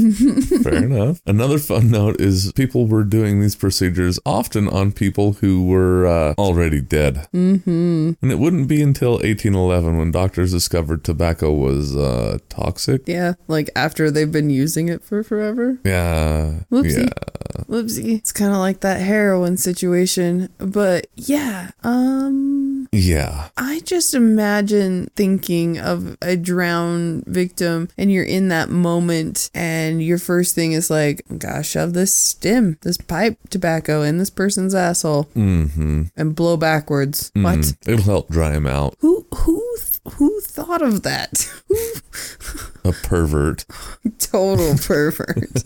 [SPEAKER 2] Fair enough. Another fun note is people were doing these procedures often on people who were uh, already dead. Mm-hmm. And it wouldn't be until 1811 when doctors discovered tobacco was uh, toxic.
[SPEAKER 1] Yeah, like after they've been using it for forever.
[SPEAKER 2] Yeah.
[SPEAKER 1] Whoopsie.
[SPEAKER 2] Yeah.
[SPEAKER 1] Whoopsie. It's kind of like that heroin situation, but yeah. Um
[SPEAKER 2] Yeah.
[SPEAKER 1] I just imagine thinking of a drowned victim and you're in that moment and your first thing is like, gosh, shove this stem, this pipe tobacco in this person's asshole and blow backwards. What?
[SPEAKER 2] Mm, It'll help dry him out.
[SPEAKER 1] Who who th- who thought of that? *laughs*
[SPEAKER 2] A pervert.
[SPEAKER 1] Total pervert.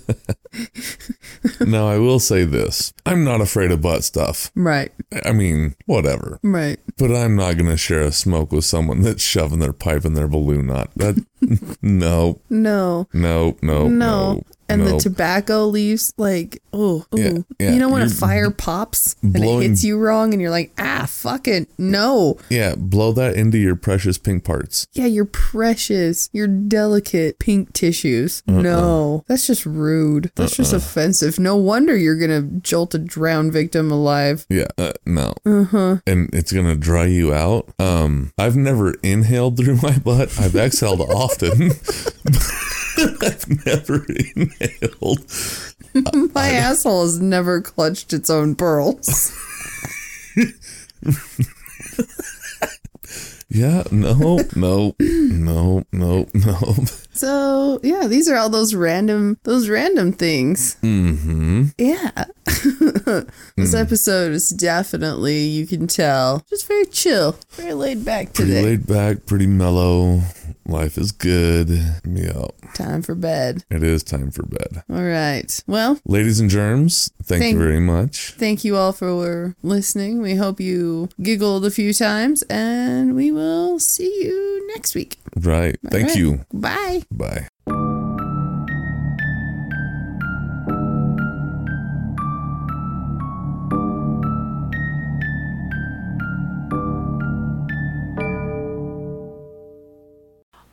[SPEAKER 2] now, I will say this I'm not afraid of butt stuff.
[SPEAKER 1] right.
[SPEAKER 2] I mean, whatever.
[SPEAKER 1] Right.
[SPEAKER 2] But I'm not going to share a smoke with someone that's shoving their pipe in their balloon knot. That, *laughs* no.
[SPEAKER 1] No.
[SPEAKER 2] No, no, Oh,
[SPEAKER 1] No.
[SPEAKER 2] no.
[SPEAKER 1] and
[SPEAKER 2] no.
[SPEAKER 1] the tobacco leaves like oh, ooh.
[SPEAKER 2] Yeah, yeah.
[SPEAKER 1] you know when a
[SPEAKER 2] You're
[SPEAKER 1] fire pops and
[SPEAKER 2] blowing-
[SPEAKER 1] it hits you wrong and you're like ah fuck it no
[SPEAKER 2] yeah, blow that into your precious pink parts.
[SPEAKER 1] Yeah, your precious, your delicate pink tissues.
[SPEAKER 2] Uh-uh.
[SPEAKER 1] No, that's just rude. That's just offensive. No wonder you're gonna jolt a drowned victim alive. *laughs*
[SPEAKER 2] Yeah, uh, no.
[SPEAKER 1] Mm-hmm.
[SPEAKER 2] Uh-huh. And it's gonna dry you out. Um, I've never inhaled through my butt. I've
[SPEAKER 1] *laughs*
[SPEAKER 2] exhaled often. *laughs* I've never inhaled.
[SPEAKER 1] My asshole has never clutched its own pearls.
[SPEAKER 2] Yeah, no, no, no, no, no.
[SPEAKER 1] so yeah, these are all those random, those random things.
[SPEAKER 2] Mm-hmm. Hmm.
[SPEAKER 1] Yeah, *laughs* this episode is definitely you can tell just very chill, very laid back
[SPEAKER 2] Pretty
[SPEAKER 1] today.
[SPEAKER 2] laid back, pretty mellow. Life is good. Yeah,
[SPEAKER 1] Time for bed.
[SPEAKER 2] it is time for bed.
[SPEAKER 1] All right. Well,
[SPEAKER 2] Ladies and germs, thank,
[SPEAKER 1] Thank-
[SPEAKER 2] you very much.
[SPEAKER 1] Thank you all for listening. We hope you giggled a few times, and we will see you next week.
[SPEAKER 2] Right. thank
[SPEAKER 1] right.
[SPEAKER 2] you.
[SPEAKER 1] Bye.
[SPEAKER 2] Bye.